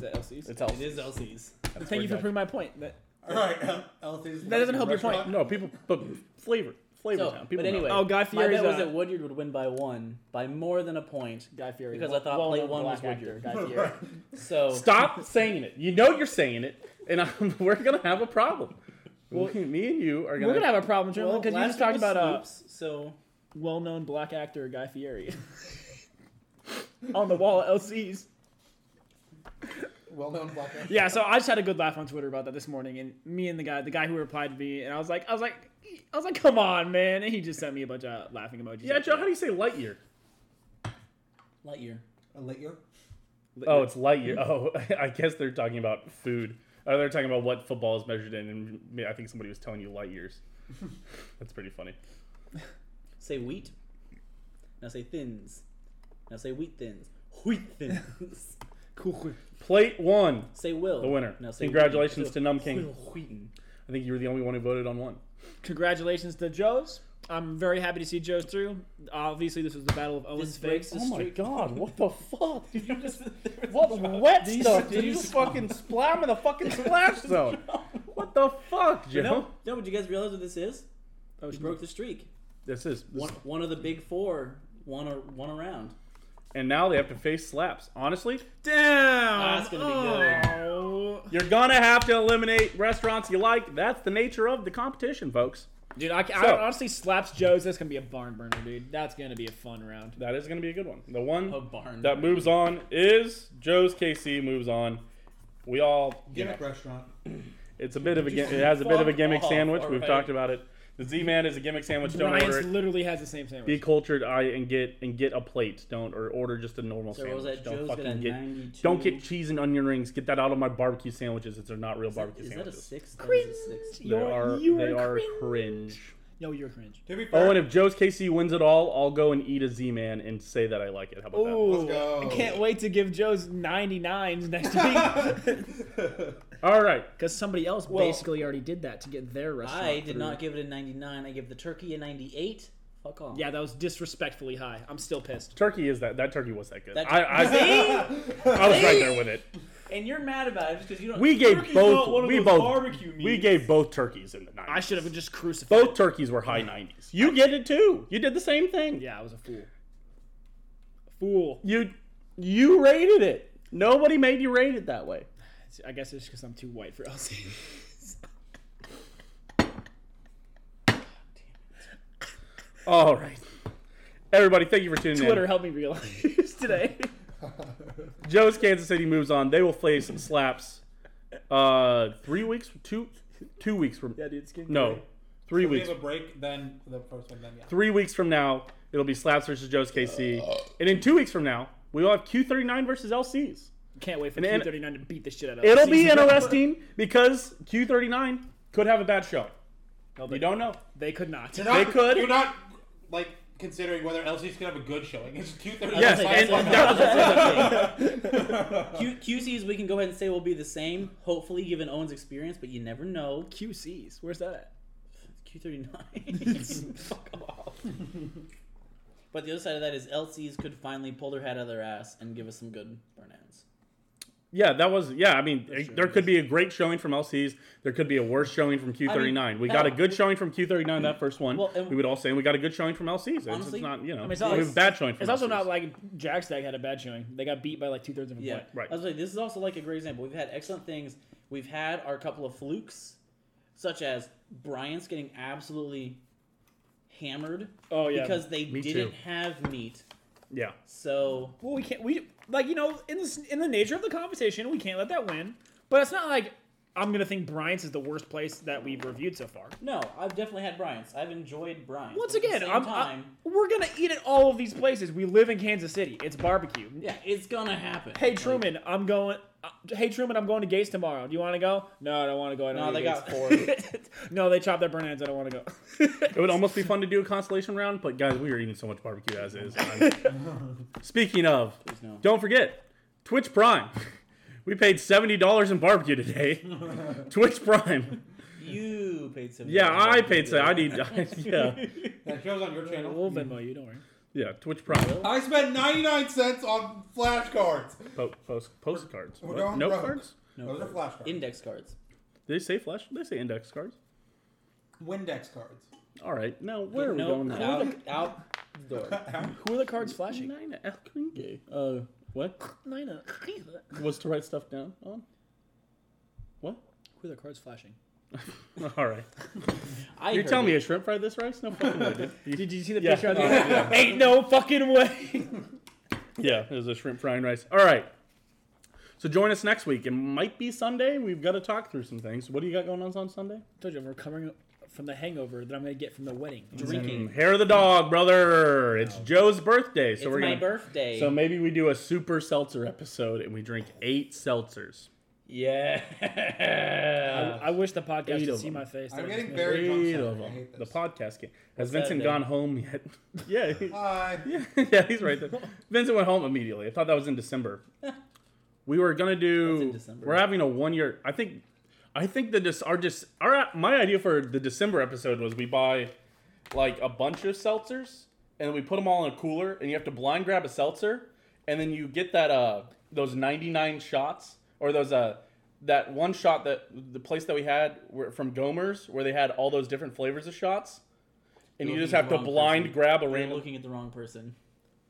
Speaker 3: that LC's?
Speaker 1: It's LCs.
Speaker 3: It is LC's.
Speaker 4: Thank you for proving my point. That,
Speaker 2: All right, um, LC's
Speaker 4: that doesn't help your point.
Speaker 1: No, people, but flavor, flavor
Speaker 3: So,
Speaker 1: town. People
Speaker 3: but anyway,
Speaker 1: know.
Speaker 4: Oh, Guy Fieri's,
Speaker 3: my bet was
Speaker 4: uh,
Speaker 3: that Woodyard would win by one, by more than a point.
Speaker 4: Guy Fieri.
Speaker 3: Because I thought
Speaker 4: well,
Speaker 3: play
Speaker 4: well-known
Speaker 3: one was
Speaker 4: black actor,
Speaker 3: Woodyard.
Speaker 4: Guy Fieri.
Speaker 3: So
Speaker 1: stop saying it. You know you're saying it, and I'm, we're gonna have a problem. Well, me and you are gonna.
Speaker 4: We're gonna have a problem, Jim, because you
Speaker 3: last
Speaker 4: just talked
Speaker 3: week was
Speaker 4: about uh,
Speaker 3: Snoops, so
Speaker 4: well-known black actor Guy Fieri on the wall at LC's.
Speaker 2: Well known black guy.
Speaker 4: Yeah, so I just had a good laugh on Twitter about that this morning, and me and the guy, the guy who replied to me, and I was like, I was like, I was like, come on, man, and he just sent me a bunch of laughing emojis.
Speaker 1: yeah, Joe. How do you say light year?
Speaker 3: Lightyear.
Speaker 2: A late year.
Speaker 1: Oh, it's light year. Oh, I guess they're talking about food. Oh, they're talking about what football is measured in, and me- I think somebody was telling you light years. That's pretty funny.
Speaker 3: Say wheat. Now say thins. Now say wheat thins. Wheat thins.
Speaker 4: cool.
Speaker 1: Plate one.
Speaker 3: say will.
Speaker 1: The winner.
Speaker 3: Now say
Speaker 1: Congratulations
Speaker 3: wheat.
Speaker 1: to Numb King.
Speaker 3: Will Wheaton.
Speaker 1: Oh I think you were the only one who voted on one.
Speaker 4: Congratulations to Joe's. I'm very happy to see Joe's through. Obviously, this was the battle of Owens
Speaker 3: This breaks
Speaker 4: Face.
Speaker 3: the streak.
Speaker 1: god, what the fuck? Did you just
Speaker 3: what
Speaker 1: wet
Speaker 3: stuff did you just
Speaker 1: fucking splat in the fucking splash zone? What the fuck, Joe?
Speaker 3: No, no, but you guys realize what this is?
Speaker 4: Oh,
Speaker 3: You broke the streak.
Speaker 1: This is this-
Speaker 3: One, one of the big four won a one around.
Speaker 1: and now they have to face slaps. Honestly,
Speaker 4: Damn.
Speaker 3: Ah, it's gonna be
Speaker 4: Oh.
Speaker 1: you're gonna have to eliminate restaurants you like. That's the nature of the competition, folks.
Speaker 4: Dude, I, I
Speaker 1: So-
Speaker 4: honestly slaps Joe's. That's gonna be a barn burner, dude. That's gonna be a fun round.
Speaker 1: That is gonna be a good one. The one
Speaker 3: A barn.
Speaker 1: that moves on is Joe's KC moves on. We all you know,
Speaker 5: Gimmick restaurant.
Speaker 1: It's a bit of a gi- it has a bit of a gimmick
Speaker 3: Fuck
Speaker 1: sandwich.
Speaker 3: off,
Speaker 1: We've
Speaker 3: alright.
Speaker 1: talked about it. The Z Man is a gimmick sandwich. Don't
Speaker 4: Ryan's
Speaker 1: order it.
Speaker 4: literally has the same
Speaker 1: Be
Speaker 4: sandwich.
Speaker 1: cultured, I and get and get a plate. Don't or order just a normal
Speaker 3: So what
Speaker 1: sandwich.
Speaker 3: was that?
Speaker 1: Don't
Speaker 3: Joe's got
Speaker 1: fucking
Speaker 3: a
Speaker 1: get
Speaker 3: 92.
Speaker 1: don't get cheese and onion rings. Get that out of my barbecue sandwiches. If they're not real
Speaker 3: Is that,
Speaker 1: barbecue
Speaker 3: is that a
Speaker 1: sandwiches,
Speaker 3: six? That
Speaker 4: Cringe.
Speaker 3: is a six.
Speaker 1: they
Speaker 4: You're-
Speaker 1: are
Speaker 4: you
Speaker 1: they
Speaker 4: are
Speaker 1: are
Speaker 4: cringe.
Speaker 1: cringe.
Speaker 4: No, you're cringe.
Speaker 5: To be fair,
Speaker 1: Oh, and if Joe's KC wins it all, I'll go and eat a Z Man and say that I like it. How about
Speaker 4: Ooh,
Speaker 5: Let's go.
Speaker 4: I can't wait to give Joe's 99s next week
Speaker 1: that? All right,
Speaker 4: because somebody else
Speaker 3: Well,
Speaker 4: basically already did that to get their restaurant.
Speaker 3: I did
Speaker 4: through.
Speaker 3: not give it a 99. I gave the turkey a 98. Fuck off.
Speaker 4: Yeah, that was disrespectfully high. I'm still pissed.
Speaker 1: turkey is that that turkey was that good.
Speaker 3: That-
Speaker 1: I I, I was right there with it.
Speaker 3: And you're mad about it just because you don't.
Speaker 1: We gave
Speaker 6: Turkey's not one
Speaker 1: both
Speaker 6: of
Speaker 1: we
Speaker 6: those
Speaker 1: both
Speaker 6: barbecue meats.
Speaker 1: we gave both turkeys in the night.
Speaker 4: I should have just crucified.
Speaker 1: Both turkeys were high 90s. You get it too. You did the same thing.
Speaker 4: Yeah, I was a fool. Fool.
Speaker 1: You you rated it. Nobody made you rate it that way.
Speaker 4: I guess it's because I'm too white for LC.
Speaker 1: All right. Everybody, thank you for tuning
Speaker 4: Twitter
Speaker 1: in.
Speaker 4: helped me realize today.
Speaker 1: Joe's Kansas City moves on. They will play some slaps. Uh, three weeks, two, two weeks from
Speaker 4: yeah, dude, skin.
Speaker 1: no, three
Speaker 5: we
Speaker 1: weeks,
Speaker 5: have a break, then the first one, then yeah.
Speaker 1: three weeks from now. It'll be slaps versus Joe's KC, and in two weeks from now, we will have Q39 versus LCs.
Speaker 4: Can't wait for
Speaker 1: And- and-
Speaker 4: Q39 to beat the shit out of.
Speaker 1: It'll
Speaker 4: LC.
Speaker 1: be interesting because Q39 could have a bad show.
Speaker 4: No, they,
Speaker 1: You don't know.
Speaker 4: They could not.
Speaker 5: You're not-
Speaker 1: They could.
Speaker 5: You're not like considering whether LC's could have a good showing. It's two thirty.
Speaker 1: Yes,
Speaker 3: That's
Speaker 1: and
Speaker 3: like-
Speaker 1: that was
Speaker 3: Q- QCs we can go ahead and say will be the same, hopefully, given Owen's experience, but you never know.
Speaker 4: QCs. Where's that at?
Speaker 3: Q39. Fuck off. but the other side of that is LCs could finally pull their head out of their ass and give us some good burnouts.
Speaker 1: Yeah, that was yeah. I mean, it- there could be a great showing from LCs. There could be a worse showing from Q39. we
Speaker 4: uh,
Speaker 1: got a
Speaker 3: hell,
Speaker 1: good showing from Q39 that first one.
Speaker 3: Well, and-
Speaker 1: we would all say we got a good showing from LCs. It's-
Speaker 3: Honestly,
Speaker 1: it's not you know
Speaker 4: mean, it's not
Speaker 1: we
Speaker 4: like-
Speaker 1: have a bad showing from.
Speaker 4: It's also
Speaker 1: LCs.
Speaker 4: not like Jackstag had a bad showing. They got beat by like two thirds of a
Speaker 3: Yeah,
Speaker 4: point.
Speaker 1: Right.
Speaker 3: I was like, this is also like a great example. We've had excellent things. We've had our couple of flukes, such as Bryant's getting absolutely hammered.
Speaker 4: Oh, yeah.
Speaker 3: because they
Speaker 1: Me
Speaker 3: didn't
Speaker 1: too.
Speaker 3: have meat.
Speaker 1: yeah.
Speaker 3: So
Speaker 4: Well, we can't. We like you know in this in the nature of the competition, we can't let that win. But it's not like I'm gonna think Bryant's is the worst place that we've reviewed so far.
Speaker 3: no, I've definitely had Bryant's. I've enjoyed Bryant's.
Speaker 4: Once
Speaker 3: But at the
Speaker 4: again,
Speaker 3: same
Speaker 4: I'm, I-
Speaker 3: time,
Speaker 4: we're gonna eat at all of these places. We live in Kansas City. It's barbecue.
Speaker 3: yeah, it's gonna happen.
Speaker 4: Hey
Speaker 3: Like,
Speaker 4: Truman, I'm going. Uh, hey Truman, I'm going to Gates tomorrow. Do you want to go? No, I don't want to go. I don't
Speaker 3: No,
Speaker 4: need
Speaker 3: they got
Speaker 4: Gates. no, they chopped their burn ends. I don't want to go.
Speaker 1: It would almost be fun to do a constellation round, but guys, we are eating so much barbecue as is. I'm- Speaking of,
Speaker 3: no.
Speaker 1: don't forget Twitch Prime. We paid seventy dollars in barbecue today. Twitch Prime.
Speaker 3: you paid some.
Speaker 1: Yeah, I paid. So I need. yeah,
Speaker 5: That shows on your channel.
Speaker 4: we'll Venmo you. Don't worry.
Speaker 1: yeah. Twitch Prime.
Speaker 5: I spent ninety nine cents on flashcards.
Speaker 1: Po- post postcards.
Speaker 5: We're
Speaker 1: What?
Speaker 5: going
Speaker 1: Note
Speaker 5: broke.
Speaker 1: cards.
Speaker 5: Those are flashcards.
Speaker 3: index cards.
Speaker 1: Did they say flash? Did they say index cards?
Speaker 5: Windex cards.
Speaker 1: All right. Now where are we
Speaker 3: no,
Speaker 1: going now?
Speaker 3: out, out door.
Speaker 4: Who are the cards flashing?
Speaker 1: Nina Elkinge. Uh, what?
Speaker 4: Nina. Who
Speaker 1: Was to write stuff down on? What?
Speaker 4: are the cards flashing?
Speaker 1: All right.
Speaker 3: I
Speaker 1: You're
Speaker 3: heard
Speaker 1: telling
Speaker 3: it.
Speaker 1: me a shrimp fried this rice? No fucking way. dude. You-
Speaker 4: Did you see the
Speaker 1: Yeah.
Speaker 4: picture? of the Ain't no fucking way.
Speaker 1: yeah, it was a shrimp frying rice. All right. So join us next week. It might be Sunday. We've got to talk through some things. What do you got going on on Sunday?
Speaker 4: told you I'm recovering from the hangover that I'm gonna get from the wedding.
Speaker 3: drinking.
Speaker 1: Mm, hair of the dog, brother. It's Joe's birthday, so
Speaker 3: it's
Speaker 1: we're
Speaker 3: my
Speaker 1: gonna.
Speaker 3: birthday.
Speaker 1: so maybe we do a super seltzer episode and we drink eight seltzers.
Speaker 3: yeah.
Speaker 4: I, I wish the podcast
Speaker 1: Eight
Speaker 4: could
Speaker 1: of
Speaker 4: see
Speaker 1: them.
Speaker 4: my face.
Speaker 5: I'm
Speaker 4: That
Speaker 5: getting
Speaker 4: makes me-
Speaker 5: very drunk.
Speaker 1: Eight
Speaker 5: Saturday.
Speaker 1: of
Speaker 5: I
Speaker 1: them.
Speaker 5: hate
Speaker 1: The
Speaker 5: this.
Speaker 1: podcast game. Has
Speaker 3: that
Speaker 1: Vincent
Speaker 3: then?
Speaker 1: gone home yet? yeah. he-
Speaker 5: Hi.
Speaker 1: yeah. Yeah, he's right there. Vincent went home immediately. I thought that was in December. We were gonna
Speaker 3: That's in
Speaker 1: do.
Speaker 3: December.
Speaker 1: We're having a one year. I think. I think the dis our just our my idea for the December episode was we buy like a bunch of seltzers, and we put them all in a cooler, and you have to blind grab a seltzer, and then you get that uh those 99 shots or those uh that one shot that the place that we had were from Gomer's where they had all those different flavors of shots, and you
Speaker 3: You're
Speaker 1: just
Speaker 3: looking
Speaker 1: have
Speaker 3: at the
Speaker 1: to
Speaker 3: wrong
Speaker 1: blind
Speaker 3: person.
Speaker 1: grab a
Speaker 3: You're
Speaker 1: random.
Speaker 3: looking at the wrong person.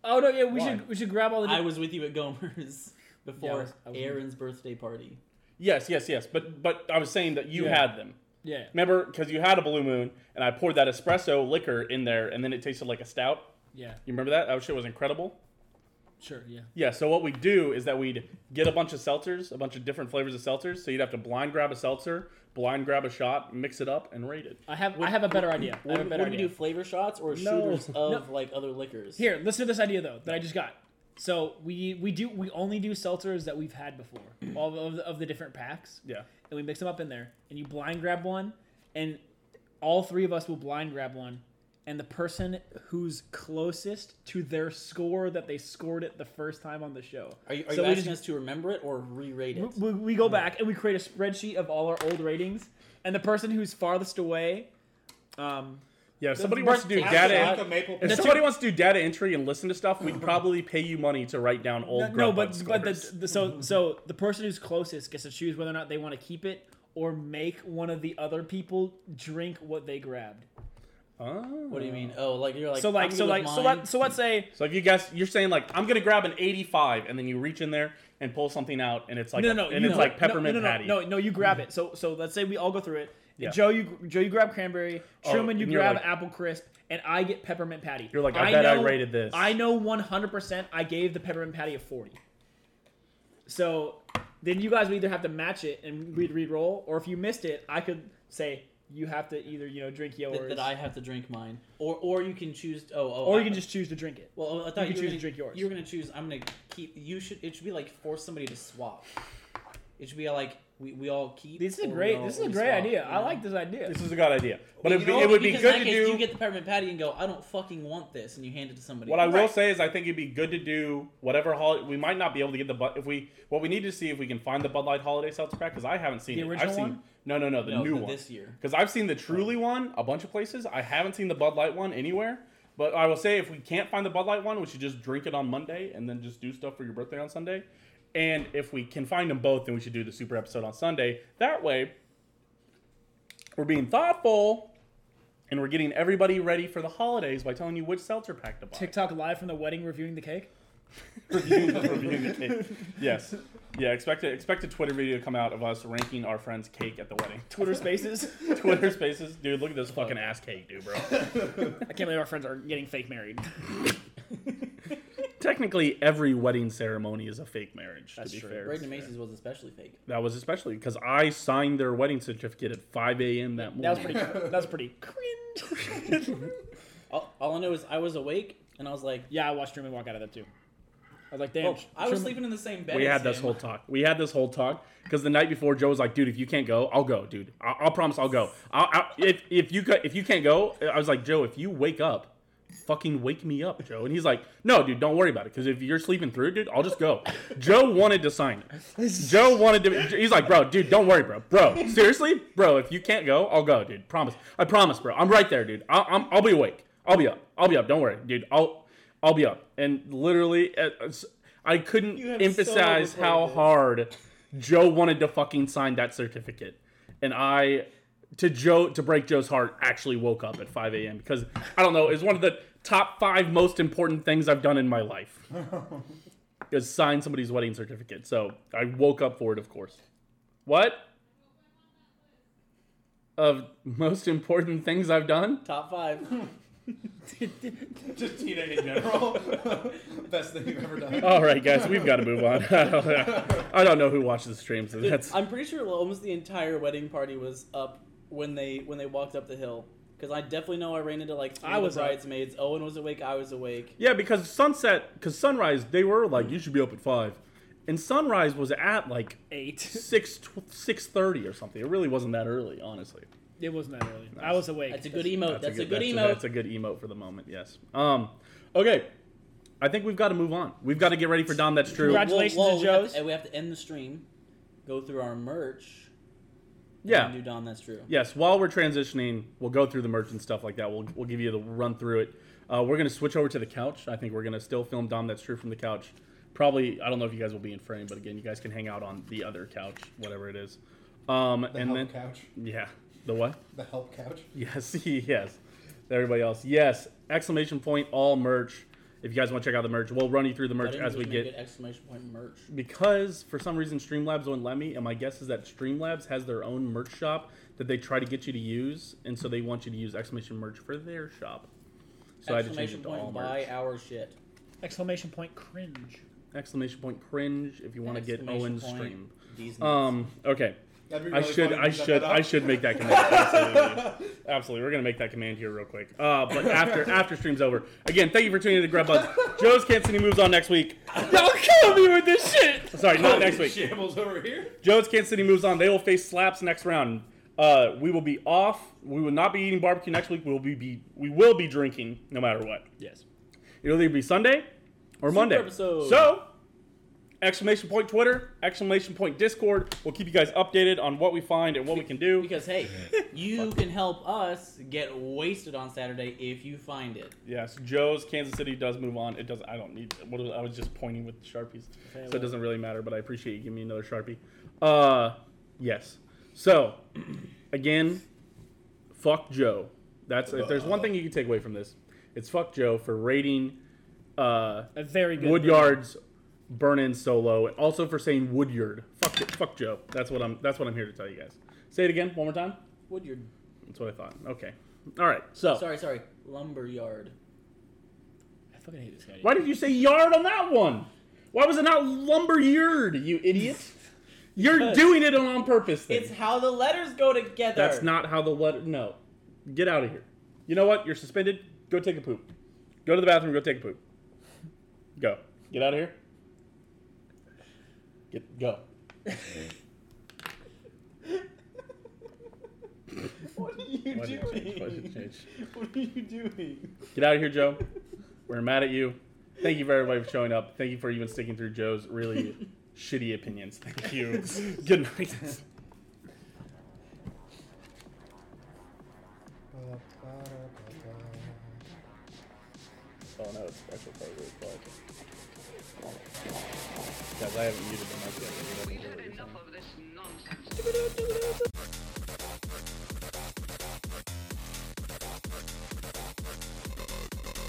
Speaker 4: Oh no, yeah, we
Speaker 1: Why?
Speaker 4: should we should grab all the.
Speaker 3: I was with you at Gomer's
Speaker 2: Yeah, I
Speaker 3: before
Speaker 2: was- I was-
Speaker 3: Aaron's birthday party.
Speaker 1: Yes, yes, yes. But but I was saying that you
Speaker 4: Yeah.
Speaker 1: had them.
Speaker 4: yeah.
Speaker 1: Remember, because you had a Blue Moon, and I poured that espresso liquor in there, and then it tasted like a stout.
Speaker 4: Yeah.
Speaker 1: You remember that? That shit was incredible.
Speaker 4: Sure. Yeah.
Speaker 1: Yeah, so what we'd do is that we'd get a bunch of seltzers, a bunch of different flavors of seltzers. So you'd have to blind grab a seltzer, blind grab a shot, mix it up, and rate it.
Speaker 4: I have I have a better idea. I have a
Speaker 3: Would,
Speaker 4: better
Speaker 3: would we
Speaker 4: idea.
Speaker 3: do flavor shots or
Speaker 1: No.
Speaker 3: shooters of like other liquors?
Speaker 4: Here, listen to this idea though that I just got. So we we do we only do seltzers that we've had before, all of the, of the different packs,
Speaker 1: Yeah.
Speaker 4: and we mix them up in there. And you blind grab one, and all three of us will blind grab one, and the person who's closest to their score that they scored it the first time on the show.
Speaker 3: Are you, are
Speaker 4: So
Speaker 3: you
Speaker 4: we
Speaker 3: asking
Speaker 4: just-
Speaker 3: us to remember it or re-rate it?
Speaker 4: We, we go back and we create a spreadsheet of all our old ratings, and the person who's farthest away, um,
Speaker 1: Yeah, if somebody
Speaker 4: But-
Speaker 1: wants to do
Speaker 4: but-
Speaker 1: data.
Speaker 5: Like the maple
Speaker 1: if
Speaker 4: That's
Speaker 1: somebody
Speaker 4: your-
Speaker 1: wants to do data entry and listen to stuff, we'd probably pay you money to write down old.
Speaker 4: No, no,
Speaker 1: Grubhub
Speaker 4: but but
Speaker 1: scores.
Speaker 4: the, the so so the person who's closest gets to choose whether or not they want to keep it or make one of the other people drink what they grabbed.
Speaker 1: Oh.
Speaker 3: What do you mean? Oh, like you're like
Speaker 4: so like
Speaker 3: I'm
Speaker 4: so
Speaker 3: good with
Speaker 4: like so
Speaker 3: mine.
Speaker 4: let so let's say
Speaker 1: So if you guys, you're saying like I'm gonna grab an 85, and then you reach in there and pull something out, and it's like
Speaker 4: no
Speaker 1: a-
Speaker 4: no no
Speaker 1: and
Speaker 4: you-
Speaker 1: it's
Speaker 4: no,
Speaker 1: like
Speaker 4: no,
Speaker 1: peppermint
Speaker 4: no, no, no,
Speaker 1: patty. Mm-hmm.
Speaker 4: No no you grab it. So so let's say we all go through it.
Speaker 1: Yeah.
Speaker 4: Joe you Joe you grab cranberry.
Speaker 1: Oh,
Speaker 4: Truman you
Speaker 1: and you're
Speaker 4: grab
Speaker 1: like-
Speaker 4: apple crisp and I get peppermint patty.
Speaker 1: You're like, I bet I rated this.
Speaker 4: I know 100 percent I gave the peppermint patty a 40. So then you guys would either have to match it and we'd re-roll, or if you missed it, I could say you have to either you know drink yours,
Speaker 3: that, that I have to drink mine, or or you can choose. Oh, oh
Speaker 4: or you
Speaker 3: I-
Speaker 4: can just choose to drink it.
Speaker 3: Well, I thought
Speaker 4: you
Speaker 3: you,
Speaker 4: can choose
Speaker 3: were
Speaker 4: to
Speaker 3: gonna,
Speaker 4: drink yours.
Speaker 3: You were gonna choose. I'm gonna keep. You should. It should be like force somebody to swap. It should be like we, we all keep.
Speaker 4: This is
Speaker 3: or
Speaker 4: a
Speaker 3: we
Speaker 4: great.
Speaker 3: all-
Speaker 4: This is a
Speaker 3: we
Speaker 4: great
Speaker 3: swap,
Speaker 4: idea.
Speaker 3: you
Speaker 4: I
Speaker 3: know?
Speaker 4: like Mm-hmm. this idea.
Speaker 1: This is a good idea, but
Speaker 3: You
Speaker 1: it'd be,
Speaker 3: know,
Speaker 1: it would be
Speaker 3: because
Speaker 1: good
Speaker 3: in
Speaker 1: to
Speaker 3: that case,
Speaker 1: do.
Speaker 3: You get the peppermint patty and go. I don't fucking want this, and you hand it to somebody.
Speaker 1: what I
Speaker 3: else.
Speaker 1: will say is, I think it'd be good to do whatever holiday. We might not be able to get the Bud. If we, what we need to see if we can find the Bud Light Holiday Seltzer Pack because I haven't seen
Speaker 4: The
Speaker 1: it.
Speaker 4: original
Speaker 1: I've seen
Speaker 4: one?
Speaker 1: no, no, no, the
Speaker 3: No,
Speaker 1: new
Speaker 3: the-
Speaker 1: one.
Speaker 3: this year.
Speaker 1: Because I've seen the Truly one a bunch of places. I haven't seen the Bud Light one anywhere. But I will say, if we can't find the Bud Light one, we should just drink it on Monday and then just do stuff for your birthday on Sunday. And if we can find them both, then we should do the super episode on Sunday. That way, we're being thoughtful and we're getting everybody ready for the holidays by telling you which seltzer pack to buy.
Speaker 4: TikTok live from the wedding reviewing the cake.
Speaker 1: Reviewing- reviewing the cake. Yes. Yeah, expect a, expect a Twitter video to come out of us ranking our friend's cake at the wedding.
Speaker 4: Twitter Spaces.
Speaker 1: Twitter Spaces, dude, look at this fucking ass cake, dude, bro.
Speaker 4: I can't believe our friends are getting fake married.
Speaker 1: Technically, every wedding ceremony is a fake marriage.
Speaker 4: That's
Speaker 1: to be
Speaker 4: true.
Speaker 1: fair,
Speaker 3: Braden Macy's was especially fake.
Speaker 1: that was especially because I signed their wedding certificate at 5 a.m. that morning.
Speaker 4: That was pretty. That was pretty cringe.
Speaker 3: All, all I know is I was awake and I was like,
Speaker 4: yeah, I watched Truman walk out of that too. I was like, damn.
Speaker 3: oh, I was
Speaker 4: Truman-
Speaker 3: sleeping in the same bed.
Speaker 1: we
Speaker 3: as
Speaker 1: had this
Speaker 3: him.
Speaker 1: whole talk. We had this whole talk because the night before, Joe was like, "Dude, if you can't go, I'll go, dude. I'll, I'll promise, I'll go. I'll, I'll, if if you ca- if you can't go, I was like, Joe, if you wake up, fucking wake me up, Joe." And he's like, "No, dude, don't worry about it. Because if you're sleeping through, dude, I'll just go." Joe wanted to sign it. Joe wanted to. He's like, "Bro, dude, don't worry, bro. Bro, seriously, bro, if you can't go, I'll go, dude. Promise. I promise, bro. I'm right there, dude. I'll, I'm, I'll be awake. I'll be up. I'll be up. Don't worry, dude. I'll." I'll be up. And literally, uh, uh, s- I couldn't
Speaker 3: You have
Speaker 1: emphasize
Speaker 3: so
Speaker 1: how
Speaker 3: overplayed this.
Speaker 1: hard Joe wanted to fucking sign that certificate. And I, to Joe, to break Joe's heart, actually woke up at 5 a.m. because I don't know, it's one of the top five most important things I've done in my life. is sign somebody's wedding certificate. So I woke up for it, of course. What? Of most important things I've done?
Speaker 3: top five.
Speaker 5: Just Tina in general. Best thing you've ever done.
Speaker 1: All right, guys, we've got to move on. I don't, I don't know who watches the streams. so That's
Speaker 3: I'm pretty sure almost the entire wedding party was up when they when they walked up the hill. Because I definitely know I ran into like three
Speaker 4: I
Speaker 3: of the
Speaker 4: was up.
Speaker 3: bridesmaids. Owen was awake. I was awake.
Speaker 1: yeah, because sunset, because sunrise, they were like, you should be up at five, and sunrise was at like
Speaker 4: eight.
Speaker 1: six six thirty or something. It really wasn't that early, honestly.
Speaker 4: It wasn't that early. I was awake.
Speaker 3: That's a good emote. Oh, That's, a good,
Speaker 1: that's
Speaker 3: emote.
Speaker 1: that's a good emote for the moment. Yes. Um. Okay. I think we've got to move on. We've got to get ready for Dom. That's true.
Speaker 4: Congrats. Congratulations to
Speaker 3: we have
Speaker 4: Joe's.
Speaker 3: and we have to end the stream. Go through our merch.
Speaker 1: Yeah.
Speaker 3: New Dawn, that's true.
Speaker 1: Yes, while we're transitioning, we'll go through the merch and stuff like that. We'll, we'll give you the run through it. Uh, we're going to switch over to the couch. I think we're going to still film Dom That's True from the couch. Probably, I don't know if you guys will be in frame, but again, you guys can hang out on the other couch, whatever it is. Um,
Speaker 8: The
Speaker 1: and
Speaker 8: help
Speaker 1: then,
Speaker 8: couch.
Speaker 1: yeah, the what?
Speaker 8: The help couch.
Speaker 1: Yes, yes. Everybody else, yes. Exclamation point, all merch. If you guys want to check out the merch, we'll run you through the
Speaker 3: Why
Speaker 1: merch
Speaker 3: didn't
Speaker 1: as
Speaker 3: you
Speaker 1: we
Speaker 3: just
Speaker 1: get
Speaker 3: make it exclamation point merch.
Speaker 1: because for some reason Streamlabs wouldn't let me, and my guess is that Streamlabs has their own merch shop that they try to get you to use, and so they want you to use exclamation merch for their shop. So I had to change
Speaker 3: exclamation
Speaker 1: it to
Speaker 3: point
Speaker 1: all
Speaker 3: buy
Speaker 1: merch.
Speaker 3: our shit.
Speaker 4: Exclamation point cringe.
Speaker 1: Exclamation point cringe if you want to
Speaker 3: And
Speaker 1: get
Speaker 3: exclamation
Speaker 1: Owen's
Speaker 3: point
Speaker 1: stream.
Speaker 3: These nuts.
Speaker 1: Um. Okay.
Speaker 8: That'd be
Speaker 1: I
Speaker 8: really
Speaker 1: should.
Speaker 8: funny
Speaker 1: I
Speaker 8: to set
Speaker 1: should.
Speaker 8: that
Speaker 1: I
Speaker 8: up.
Speaker 1: should make that command. Absolutely. Absolutely. We're gonna make that command here real quick. Uh. But after after stream's over. Again, thank you for tuning in to Grub Buds. Joe's Kansas City moves on next week.
Speaker 4: Y'all kill me with this shit.
Speaker 1: Sorry, not next week.
Speaker 6: Shambles over here.
Speaker 1: Joe's Kansas City moves on. They will face slaps next round. Uh, we will be off. We will not be eating barbecue next week. We will be, be we will be drinking no matter what.
Speaker 3: yes.
Speaker 1: It'll either be Sunday or Monday.
Speaker 3: episode.
Speaker 1: So exclamation point Twitter, exclamation point Discord. We'll keep you guys updated on what we find and what we can do.
Speaker 3: Because hey, you can help us get wasted on Saturday if you find it.
Speaker 1: Yes, Joe's Kansas City does move on. It does. I don't need. What was- I was just pointing with the sharpies, so it
Speaker 3: well.
Speaker 1: doesn't really matter. But I appreciate you giving me another sharpie. Uh, yes. So, again, fuck Joe. That's if there's one thing you can take away from this, it's fuck Joe for rating uh,
Speaker 4: A very good.
Speaker 1: Woodyard's burn-in solo, and also for saying Woodyard. Fuck it. Fuck Joe. That's what I'm. That's what I'm here to tell you guys. Say it again one more time.
Speaker 3: Woodyard.
Speaker 1: That's what I thought. Okay. All right. So.
Speaker 3: Oh, Sorry, sorry. Lumberyard.
Speaker 4: I fucking hate this guy.
Speaker 1: Why did you say yard on that one? Why was it not lumber yard, you idiot? You're
Speaker 3: Because-
Speaker 1: doing it on purpose. Then.
Speaker 3: It's how the letters go together.
Speaker 1: That's not how the letter. No. Get out of here. You know what? You're suspended. Go take a poop. Go to the bathroom. Go take a poop. Go. Get out of here. Get go.
Speaker 3: What are you
Speaker 1: Why did it change? Why did it
Speaker 3: doing?
Speaker 1: change?
Speaker 3: What are you doing?
Speaker 1: Get out of here, Joe. We're mad at you. Thank you for everybody for showing up. Thank you for even sticking through Joe's really shitty opinions. Thank you. Good night.
Speaker 8: oh,
Speaker 1: Oh no, it's special favorite. But... Guys, I haven't muted the mic yet.
Speaker 9: We've had enough of this nonsense.